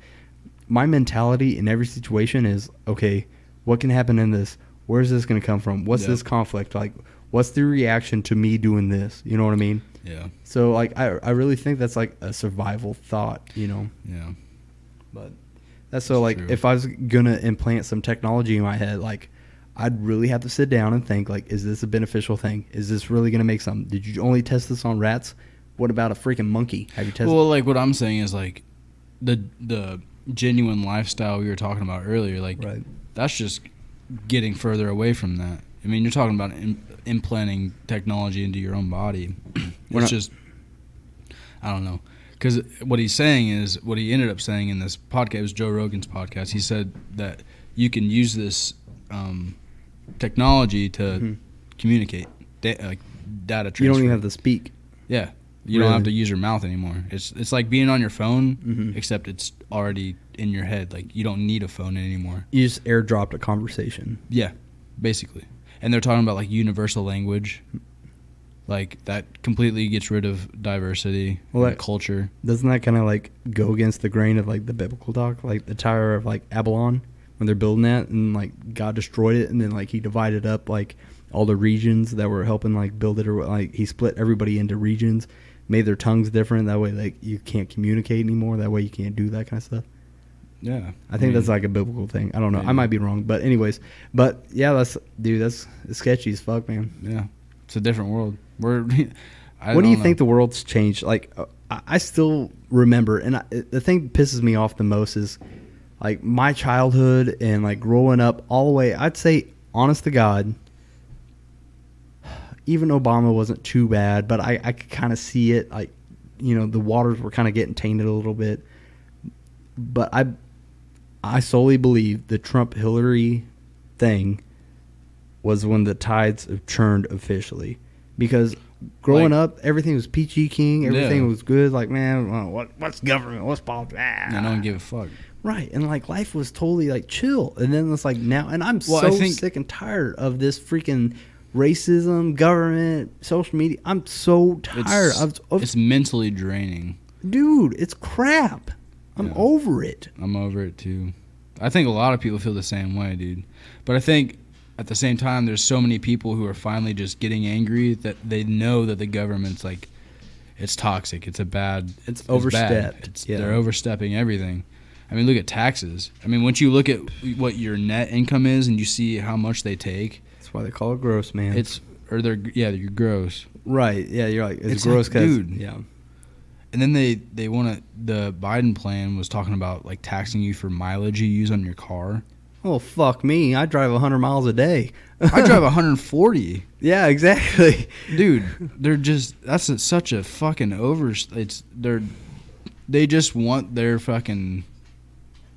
Speaker 2: my mentality in every situation is okay, what can happen in this? Where's this going to come from? What's
Speaker 1: Yeah.
Speaker 2: this conflict? Like, what's the reaction to me doing this? You know what I mean?
Speaker 1: yeah,
Speaker 2: So, like, I, I really think that's like a survival thought, you know?
Speaker 1: yeah.
Speaker 2: But that's so,
Speaker 1: That's
Speaker 2: like,
Speaker 1: true.
Speaker 2: if I was going to implant some technology in my head, like, I'd really have to sit down and think, like, is this a beneficial thing? Is this really going to make something? Did you only test this on rats? What about a freaking monkey? Have you tested?
Speaker 1: Well, like what I'm saying is like the the genuine lifestyle we were talking about earlier. Like
Speaker 2: Right.
Speaker 1: that's just getting further away from that. I mean, you're talking about Im- implanting technology into your own body. it's
Speaker 2: We're not-
Speaker 1: just I don't know. Because what he's saying is what he ended up saying in this podcast it was Joe Rogan's podcast. He said that you can use this um, technology to
Speaker 2: Mhm.
Speaker 1: communicate, da- like data transfer.
Speaker 2: you don't even have to speak.
Speaker 1: Yeah. You don't have to
Speaker 2: Really?
Speaker 1: use your mouth anymore. It's it's like being on your phone,
Speaker 2: Mhm.
Speaker 1: except it's already in your head. Like you don't need a phone anymore.
Speaker 2: You just airdropped a conversation.
Speaker 1: Yeah, basically. And they're talking about like universal language, like that completely gets rid of diversity,
Speaker 2: Well,
Speaker 1: and
Speaker 2: that-
Speaker 1: culture.
Speaker 2: Doesn't that kind of like go against the grain of like the biblical talk, like the Tower of like Abalon when they're building that and like God destroyed it and then like he divided up like all the regions that were helping like build it or what- like he split everybody into regions, made their tongues different. That way like you can't communicate anymore. That way you can't do that kind of stuff.
Speaker 1: Yeah,
Speaker 2: I think that's like a biblical thing. I don't know. I
Speaker 1: Mm-hmm. maybe.
Speaker 2: might be wrong, but anyways, but yeah, that's dude, that's it's sketchy as fuck, man
Speaker 1: yeah, it's a different world. We're. I
Speaker 2: what do
Speaker 1: don't
Speaker 2: you
Speaker 1: know.
Speaker 2: think the world's changed? Like, uh, I I still remember, and I, the thing that pisses me off the most is like my childhood and like growing up all the way. I'd say, honest to God, even Obama wasn't too bad, but I, I could kind of see it. Like, you know, the waters were kind of getting tainted a little bit. But I, I solely believe the Trump Hillary thing was when the tides have churned officially because growing
Speaker 1: Like-
Speaker 2: up everything was peachy king, everything
Speaker 1: Yeah.
Speaker 2: was good. Like man, uh, what what's government? What's politics? Ah.
Speaker 1: And I don't give a fuck.
Speaker 2: Right, and like life was totally like chill, and then it's like now, and I'm
Speaker 1: Well,
Speaker 2: so
Speaker 1: I think-
Speaker 2: sick and tired of this freaking racism, government, social media. I'm so tired
Speaker 1: It's,
Speaker 2: of, of
Speaker 1: it's mentally draining.
Speaker 2: dude. It's crap. I'm
Speaker 1: Yeah.
Speaker 2: over it.
Speaker 1: I'm over it too. I think a lot of people feel the same way, dude. But I think at the same time, there's so many people who are finally just getting angry that they know that the government's like, it's toxic. It's a bad.
Speaker 2: It's
Speaker 1: bad.
Speaker 2: overstepped,
Speaker 1: It's,
Speaker 2: yeah.
Speaker 1: They're overstepping everything. I mean, look at taxes. I mean, once you look at what your net income is and you see how much they take,
Speaker 2: That's why they call it gross, man. It's
Speaker 1: it's or they're yeah, you're gross.
Speaker 2: right. Yeah, you're like it's,
Speaker 1: It's
Speaker 2: gross,
Speaker 1: like,
Speaker 2: 'cause-
Speaker 1: dude.
Speaker 2: Yeah,
Speaker 1: And then they they want to the Biden plan was talking about like taxing you for mileage you use on your car.
Speaker 2: Oh fuck me! I drive 100 miles a day.
Speaker 1: I drive 140.
Speaker 2: yeah, exactly.
Speaker 1: dude they're just that's a, such a fucking over it's they're they just want their fucking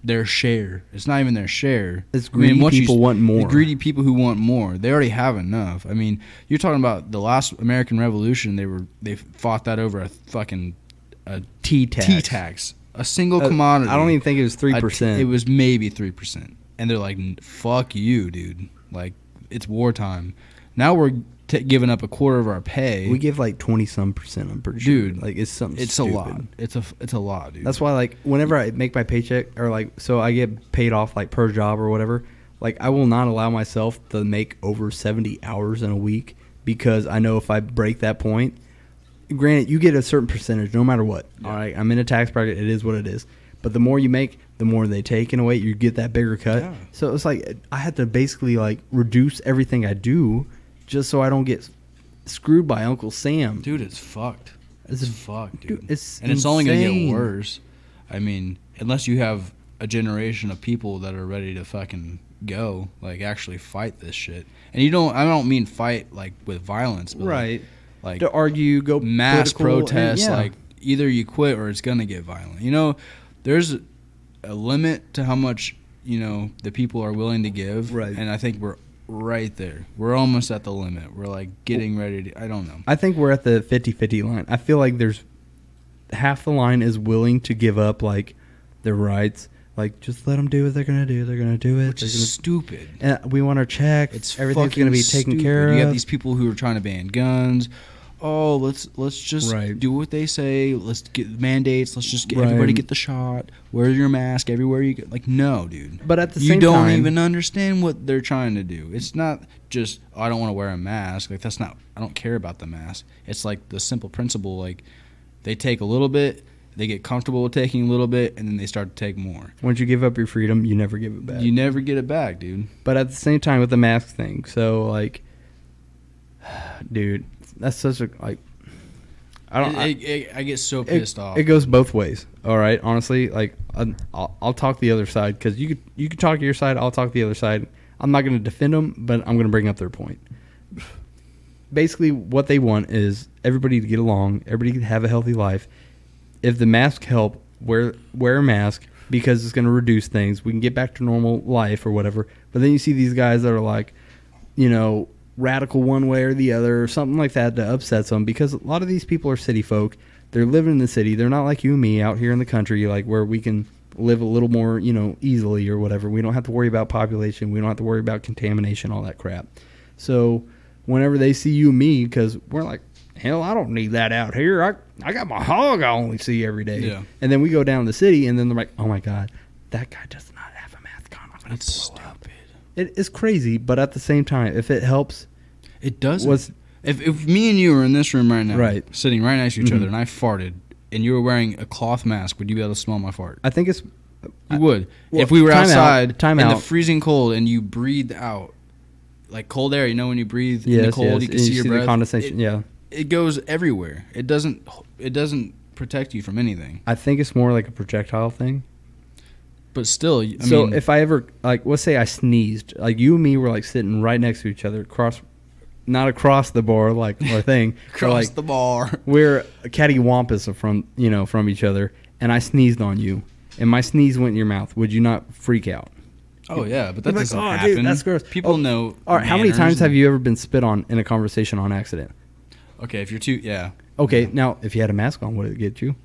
Speaker 1: their share it's not even their share
Speaker 2: It's greedy
Speaker 1: once you
Speaker 2: people
Speaker 1: s-
Speaker 2: want more.
Speaker 1: greedy people who want more they already have enough i mean you're talking about the last american revolution they were they fought that over a fucking
Speaker 2: T tax.
Speaker 1: tea tax a single
Speaker 2: Uh,
Speaker 1: commodity
Speaker 2: I don't even think it was three
Speaker 1: A t- it
Speaker 2: percent.
Speaker 1: was maybe 3% and they're like "N- fuck you dude like it's wartime now we're t- giving up a quarter of our pay
Speaker 2: We give like 20 some percent. I'm pretty
Speaker 1: Dude,
Speaker 2: sure. Like it's something.
Speaker 1: it's
Speaker 2: stupid.
Speaker 1: a lot. It's a f- it's a lot, dude.
Speaker 2: That's why, like, whenever I make my paycheck, or like, so I get paid off, like, per job or whatever, like, I will not allow myself to make over 70 hours in a week because I know if I break that point, granted, you get a certain percentage no matter what. All right. I'm in a tax bracket. It is what it is. But the more you make, the more they take in a way, you get that bigger cut.
Speaker 1: Yeah.
Speaker 2: So it's like, I had to basically, like, reduce everything I do just so I don't get screwed by Uncle Sam.
Speaker 1: dude. It's fucked.
Speaker 2: It's-
Speaker 1: It's, fucked, dude.
Speaker 2: dude, it's
Speaker 1: and it's only gonna
Speaker 2: insane.
Speaker 1: get worse. I mean, unless you have a generation of people that are ready to fucking go, like actually fight this shit. And you don't. I don't mean fight like with violence, but like-
Speaker 2: Right.
Speaker 1: Like,
Speaker 2: to argue, go
Speaker 1: mass
Speaker 2: political, and-
Speaker 1: protests.
Speaker 2: yeah.
Speaker 1: Like either you quit or it's gonna get violent. You know, there's a limit to how much you know the people are willing to give.
Speaker 2: Right.
Speaker 1: And I think we're right there. We're almost at the limit. We're like getting ready to. I don't know.
Speaker 2: I think we're at the 50-50 line. I feel like there's half the line is willing to give up like their rights. Like just let them do what they're gonna do. They're gonna do it.
Speaker 1: Which
Speaker 2: They're
Speaker 1: is stupid.
Speaker 2: gonna, and we want our check.
Speaker 1: It's
Speaker 2: everything's gonna
Speaker 1: fucking
Speaker 2: be taken
Speaker 1: stupid.
Speaker 2: care of.
Speaker 1: You have these people who are trying to ban guns. Oh, let's let's just
Speaker 2: Right.
Speaker 1: do what they say. Let's get mandates. Let's just get
Speaker 2: Right.
Speaker 1: everybody get the shot. Wear your mask everywhere you go. Like no, dude.
Speaker 2: but at the
Speaker 1: you
Speaker 2: same
Speaker 1: don't
Speaker 2: time,
Speaker 1: even understand what they're trying to do. It's not just oh, I don't want to wear a mask. Like that's not I don't care about the mask. It's like the simple principle like they take a little bit, they get comfortable with taking a little bit, and then they start to take more.
Speaker 2: once you give up your freedom, you never give it back.
Speaker 1: You never get it back, dude.
Speaker 2: but at the same time, with the mask thing, so like, dude, that's such a like. I don't. I-
Speaker 1: I, I, I get so
Speaker 2: it-
Speaker 1: pissed off.
Speaker 2: It goes both ways. All right, honestly, like um, I'll, I'll talk the other side because you could you could talk your side. I'll talk the other side. I'm not going to defend them, but I'm going to bring up their point. Basically, what they want is everybody to get along, everybody to have a healthy life. If the mask help, wear wear a mask because it's going to reduce things. We can get back to normal life or whatever. But then you see these guys that are like, you know, radical one way or the other or something like that that upsets them because a lot of these people are city folk. They're living in the city. They're not like you and me out here in the country, like where we can live a little more, you know, easily or whatever. We don't have to worry about population. We don't have to worry about contamination, all that crap. So whenever they see you and me, because we're like, hell, I don't need that out here. I, I got my hog I only see every day.
Speaker 1: Yeah.
Speaker 2: And then we go down to the city and then they're like, oh my God, that guy does not have a mask on. I'm gonna
Speaker 1: it's
Speaker 2: blow
Speaker 1: stupid.
Speaker 2: up." It is crazy, but at the same time, if it helps,
Speaker 1: It doesn't.
Speaker 2: was
Speaker 1: if, if me and you were in this room right now,
Speaker 2: Right.
Speaker 1: sitting right next to each
Speaker 2: Mhm.
Speaker 1: other, and I farted, and you were wearing a cloth mask, would you be able to smell my fart?
Speaker 2: I think it's
Speaker 1: You would.
Speaker 2: Well,
Speaker 1: if we were
Speaker 2: time out,
Speaker 1: outside
Speaker 2: time
Speaker 1: in the
Speaker 2: out.
Speaker 1: freezing cold and you breathed out like cold air, you know when you breathe in the
Speaker 2: yes,
Speaker 1: cold,
Speaker 2: yes,
Speaker 1: you can
Speaker 2: and
Speaker 1: see your breath.
Speaker 2: the condensation.
Speaker 1: It,
Speaker 2: yeah,
Speaker 1: it goes everywhere. It doesn't it doesn't protect you from anything.
Speaker 2: I think it's more like a projectile thing.
Speaker 1: But still, I
Speaker 2: so
Speaker 1: mean,
Speaker 2: if I ever like, let's say I sneezed, like you and me were like sitting right next to each other, across, not across the bar like our thing, but,
Speaker 1: cross
Speaker 2: like,
Speaker 1: the bar.
Speaker 2: we're cattywampus from you know from each other, and I sneezed on you, and my sneeze went in your mouth. Would you not freak out?
Speaker 1: Oh yeah, but that
Speaker 2: You'd be like,
Speaker 1: doesn't
Speaker 2: "Oh, dude,
Speaker 1: happen.
Speaker 2: that's gross."
Speaker 1: People
Speaker 2: Oh,
Speaker 1: know.
Speaker 2: All right, how many
Speaker 1: manners
Speaker 2: times
Speaker 1: and-
Speaker 2: have you ever been spit on in a conversation on accident?
Speaker 1: Okay, if you're too yeah,
Speaker 2: Okay, now if you had a mask on, would it get you?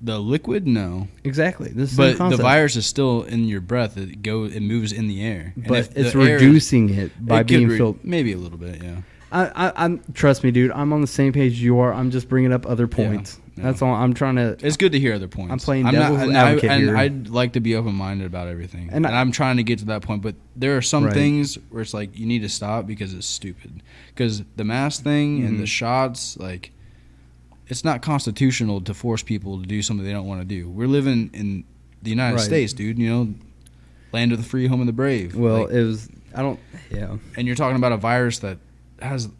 Speaker 1: the liquid no,
Speaker 2: Exactly. This is
Speaker 1: but the virus is still in your breath. It go it moves in the air. And
Speaker 2: But
Speaker 1: if the
Speaker 2: it's
Speaker 1: air-
Speaker 2: reducing it by
Speaker 1: it could
Speaker 2: being
Speaker 1: re-
Speaker 2: filled.
Speaker 1: maybe a little bit. Yeah,
Speaker 2: I, I, I'm trust me, dude. I'm on the same page you are. I'm just bringing up other points.
Speaker 1: yeah.
Speaker 2: That's all. I'm trying to.
Speaker 1: it's good to hear other points.
Speaker 2: I'm playing
Speaker 1: not-
Speaker 2: devil's
Speaker 1: and
Speaker 2: advocate
Speaker 1: I, and
Speaker 2: here.
Speaker 1: I'd like to be open minded about everything, and,
Speaker 2: And I-
Speaker 1: I'm trying to get to that point. But there are some
Speaker 2: Right.
Speaker 1: things where it's like you need to stop because it's stupid. Because the mask thing and the
Speaker 2: Mhm.
Speaker 1: shots, like, it's not constitutional to force people to do something they don't want to do. We're living in the United
Speaker 2: Right.
Speaker 1: States, dude. You know, land of the free, home of the brave.
Speaker 2: Well,
Speaker 1: Like,
Speaker 2: it was. I don't. Yeah.
Speaker 1: and you're talking about a virus that has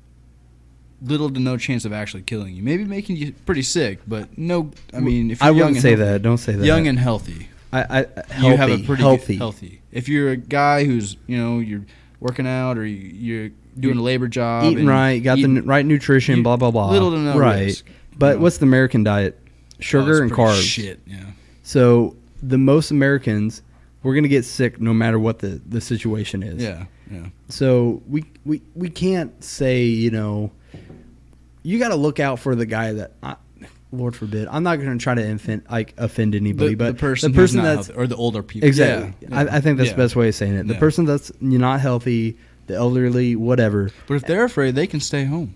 Speaker 1: little to no chance of actually killing you. Maybe making you pretty sick, but no. I mean, if you're
Speaker 2: I
Speaker 1: young
Speaker 2: wouldn't
Speaker 1: and
Speaker 2: say
Speaker 1: healthy-
Speaker 2: that. Don't say that.
Speaker 1: young and healthy,
Speaker 2: I, I healthy,
Speaker 1: you have a pretty
Speaker 2: healthy.
Speaker 1: good- healthy. If you're a guy who's you know you're working out or you- you're doing a labor job,
Speaker 2: eating
Speaker 1: and
Speaker 2: right, got
Speaker 1: eating-
Speaker 2: the n- right nutrition,
Speaker 1: you-
Speaker 2: blah blah blah.
Speaker 1: little to no
Speaker 2: right.
Speaker 1: risk,
Speaker 2: But
Speaker 1: know.
Speaker 2: what's the American diet?
Speaker 1: Oh, it's
Speaker 2: Sugar and
Speaker 1: pretty
Speaker 2: carbs.
Speaker 1: Shit, yeah.
Speaker 2: So the most Americans, we're gonna get sick no matter what the the situation is.
Speaker 1: Yeah, yeah.
Speaker 2: So we we we can't say you know. You got to look out for the guy that, I, Lord forbid, I'm not going to try to infant, like offend anybody,
Speaker 1: The,
Speaker 2: but
Speaker 1: the person,
Speaker 2: the person
Speaker 1: that's
Speaker 2: that's
Speaker 1: healthy, or the older people,
Speaker 2: Exactly.
Speaker 1: Yeah, yeah,
Speaker 2: I, I think that's
Speaker 1: yeah.
Speaker 2: the best way of saying it. The
Speaker 1: Yeah.
Speaker 2: person that's you're not healthy, the elderly, whatever.
Speaker 1: But if they're afraid, they can stay home.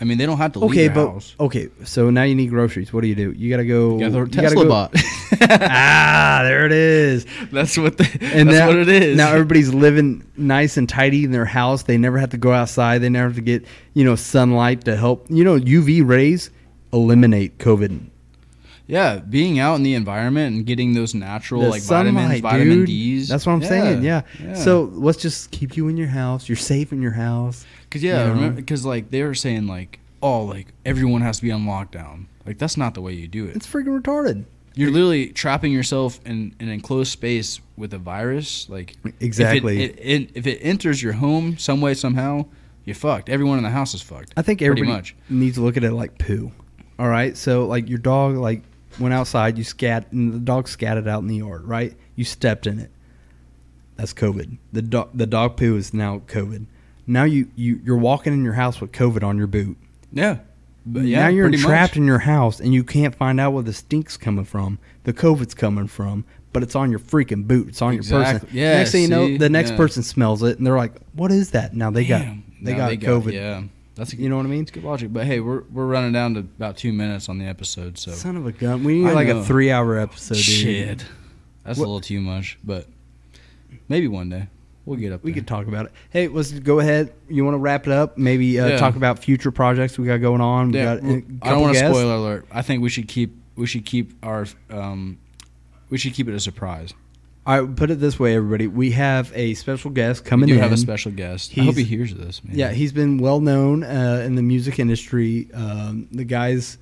Speaker 1: I mean, they don't have to leave
Speaker 2: Okay,
Speaker 1: their
Speaker 2: but
Speaker 1: house.
Speaker 2: okay. So now you need groceries. What do you do? You gotta go.
Speaker 1: You got the
Speaker 2: you gotta
Speaker 1: Tesla
Speaker 2: go-
Speaker 1: bot.
Speaker 2: ah, there it is.
Speaker 1: That's what. The,
Speaker 2: And
Speaker 1: that's
Speaker 2: now,
Speaker 1: what it is.
Speaker 2: Now er everybody's living nice and tidy in their house. They never have to go outside. They never have to get you know sunlight to help. You know UV rays eliminate COVID.
Speaker 1: yeah, being out in the environment and getting those natural
Speaker 2: The
Speaker 1: like vitamins, vitamin D's.
Speaker 2: That's what I'm saying. Yeah.
Speaker 1: yeah.
Speaker 2: So let's just keep you in your house. You're safe in your house.
Speaker 1: because yeah,
Speaker 2: you know.
Speaker 1: because like they were saying like oh like everyone has to be on lockdown. Like that's not the way you do it.
Speaker 2: It's freaking retarded.
Speaker 1: You're literally trapping yourself in an enclosed space with a virus. Like if it-
Speaker 2: Exactly.
Speaker 1: it- it- if it enters your home some way somehow, you're fucked. Everyone in the house is fucked.
Speaker 2: I think
Speaker 1: Pretty
Speaker 2: everybody
Speaker 1: much.
Speaker 2: needs to look at it like poo. All right, so like your dog like went outside, you scat, and the dog scatted out in the yard, right? You stepped in it. That's COVID. The dog the dog poo is now COVID. Now you you you're walking in your house with COVID on your boot.
Speaker 1: Yeah. But yeah,
Speaker 2: now you're
Speaker 1: pretty much.
Speaker 2: trapped in your house and you can't find out where the stink's coming from, the COVID's coming from, but it's on your freaking boot. It's on your person.
Speaker 1: Exactly. Yeah,
Speaker 2: next thing you know,
Speaker 1: see?
Speaker 2: the next
Speaker 1: Yeah.
Speaker 2: person smells it and they're like, "What is that?" Now they
Speaker 1: Damn.
Speaker 2: got they
Speaker 1: Now
Speaker 2: got COVID.
Speaker 1: yeah, that's a,
Speaker 2: You know what I mean?
Speaker 1: It's good logic, but hey, we're we're running down to about two minutes on the episode, so
Speaker 2: Son of a gun. We need
Speaker 1: I
Speaker 2: like
Speaker 1: know.
Speaker 2: a three hour episode, dude.
Speaker 1: shit, that's
Speaker 2: What-
Speaker 1: a little too much. But maybe one day we'll get up.
Speaker 2: We
Speaker 1: there.
Speaker 2: could talk about it. Hey, let's go ahead. You want to wrap it up? Maybe uh,
Speaker 1: Yeah.
Speaker 2: talk about future projects we got going on. We
Speaker 1: Yeah,
Speaker 2: got uh,
Speaker 1: well,
Speaker 2: a
Speaker 1: I don't
Speaker 2: want to
Speaker 1: spoiler alert. I think we should keep we should keep our um, we should keep it a surprise.
Speaker 2: All right, put it this way, everybody. We have a special guest coming
Speaker 1: We do
Speaker 2: in.
Speaker 1: have a special guest. I hope he
Speaker 2: He's-
Speaker 1: hears this. Man.
Speaker 2: Yeah, he's been well known uh, in the music industry. Um, the guys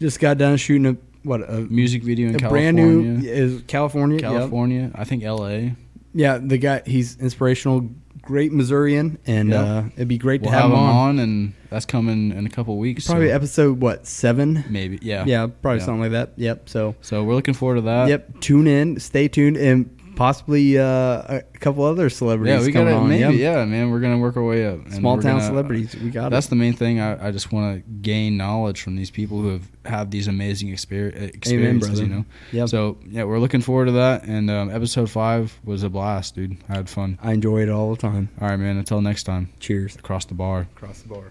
Speaker 2: just got done shooting a what a,
Speaker 1: music video in
Speaker 2: a
Speaker 1: California,
Speaker 2: brand new is California. yep.
Speaker 1: California. I think L.A.
Speaker 2: Yeah, the guy he's inspirational, great Missourian, and
Speaker 1: Yeah.
Speaker 2: uh, it'd be great
Speaker 1: We'll
Speaker 2: to
Speaker 1: have him
Speaker 2: on.
Speaker 1: on, and that's coming in a couple weeks. so
Speaker 2: Probably episode what seven?
Speaker 1: maybe yeah
Speaker 2: Yeah, probably
Speaker 1: Yeah. Uh,
Speaker 2: something like that. Yep. So,
Speaker 1: So we're looking forward to that.
Speaker 2: yep. Tune in, stay tuned, and possibly uh, a couple other celebrities.
Speaker 1: Yeah, we
Speaker 2: coming
Speaker 1: gotta
Speaker 2: on.
Speaker 1: maybe.
Speaker 2: Yep.
Speaker 1: Yeah, man, we're gonna work our way up. and
Speaker 2: Small
Speaker 1: we're
Speaker 2: town
Speaker 1: gonna- uh,
Speaker 2: celebrities. We got
Speaker 1: That's
Speaker 2: it.
Speaker 1: the main thing. I, I just want to gain knowledge from these people who have had these amazing exper- eh, experiences.
Speaker 2: brother.
Speaker 1: you know.
Speaker 2: Yep.
Speaker 1: So yeah, we're looking forward to that. And um, episode five was a blast, dude. I had fun.
Speaker 2: I enjoy it all the time.
Speaker 1: All right, man. Until next time.
Speaker 2: Cheers.
Speaker 1: Across the bar.
Speaker 2: Across the bar.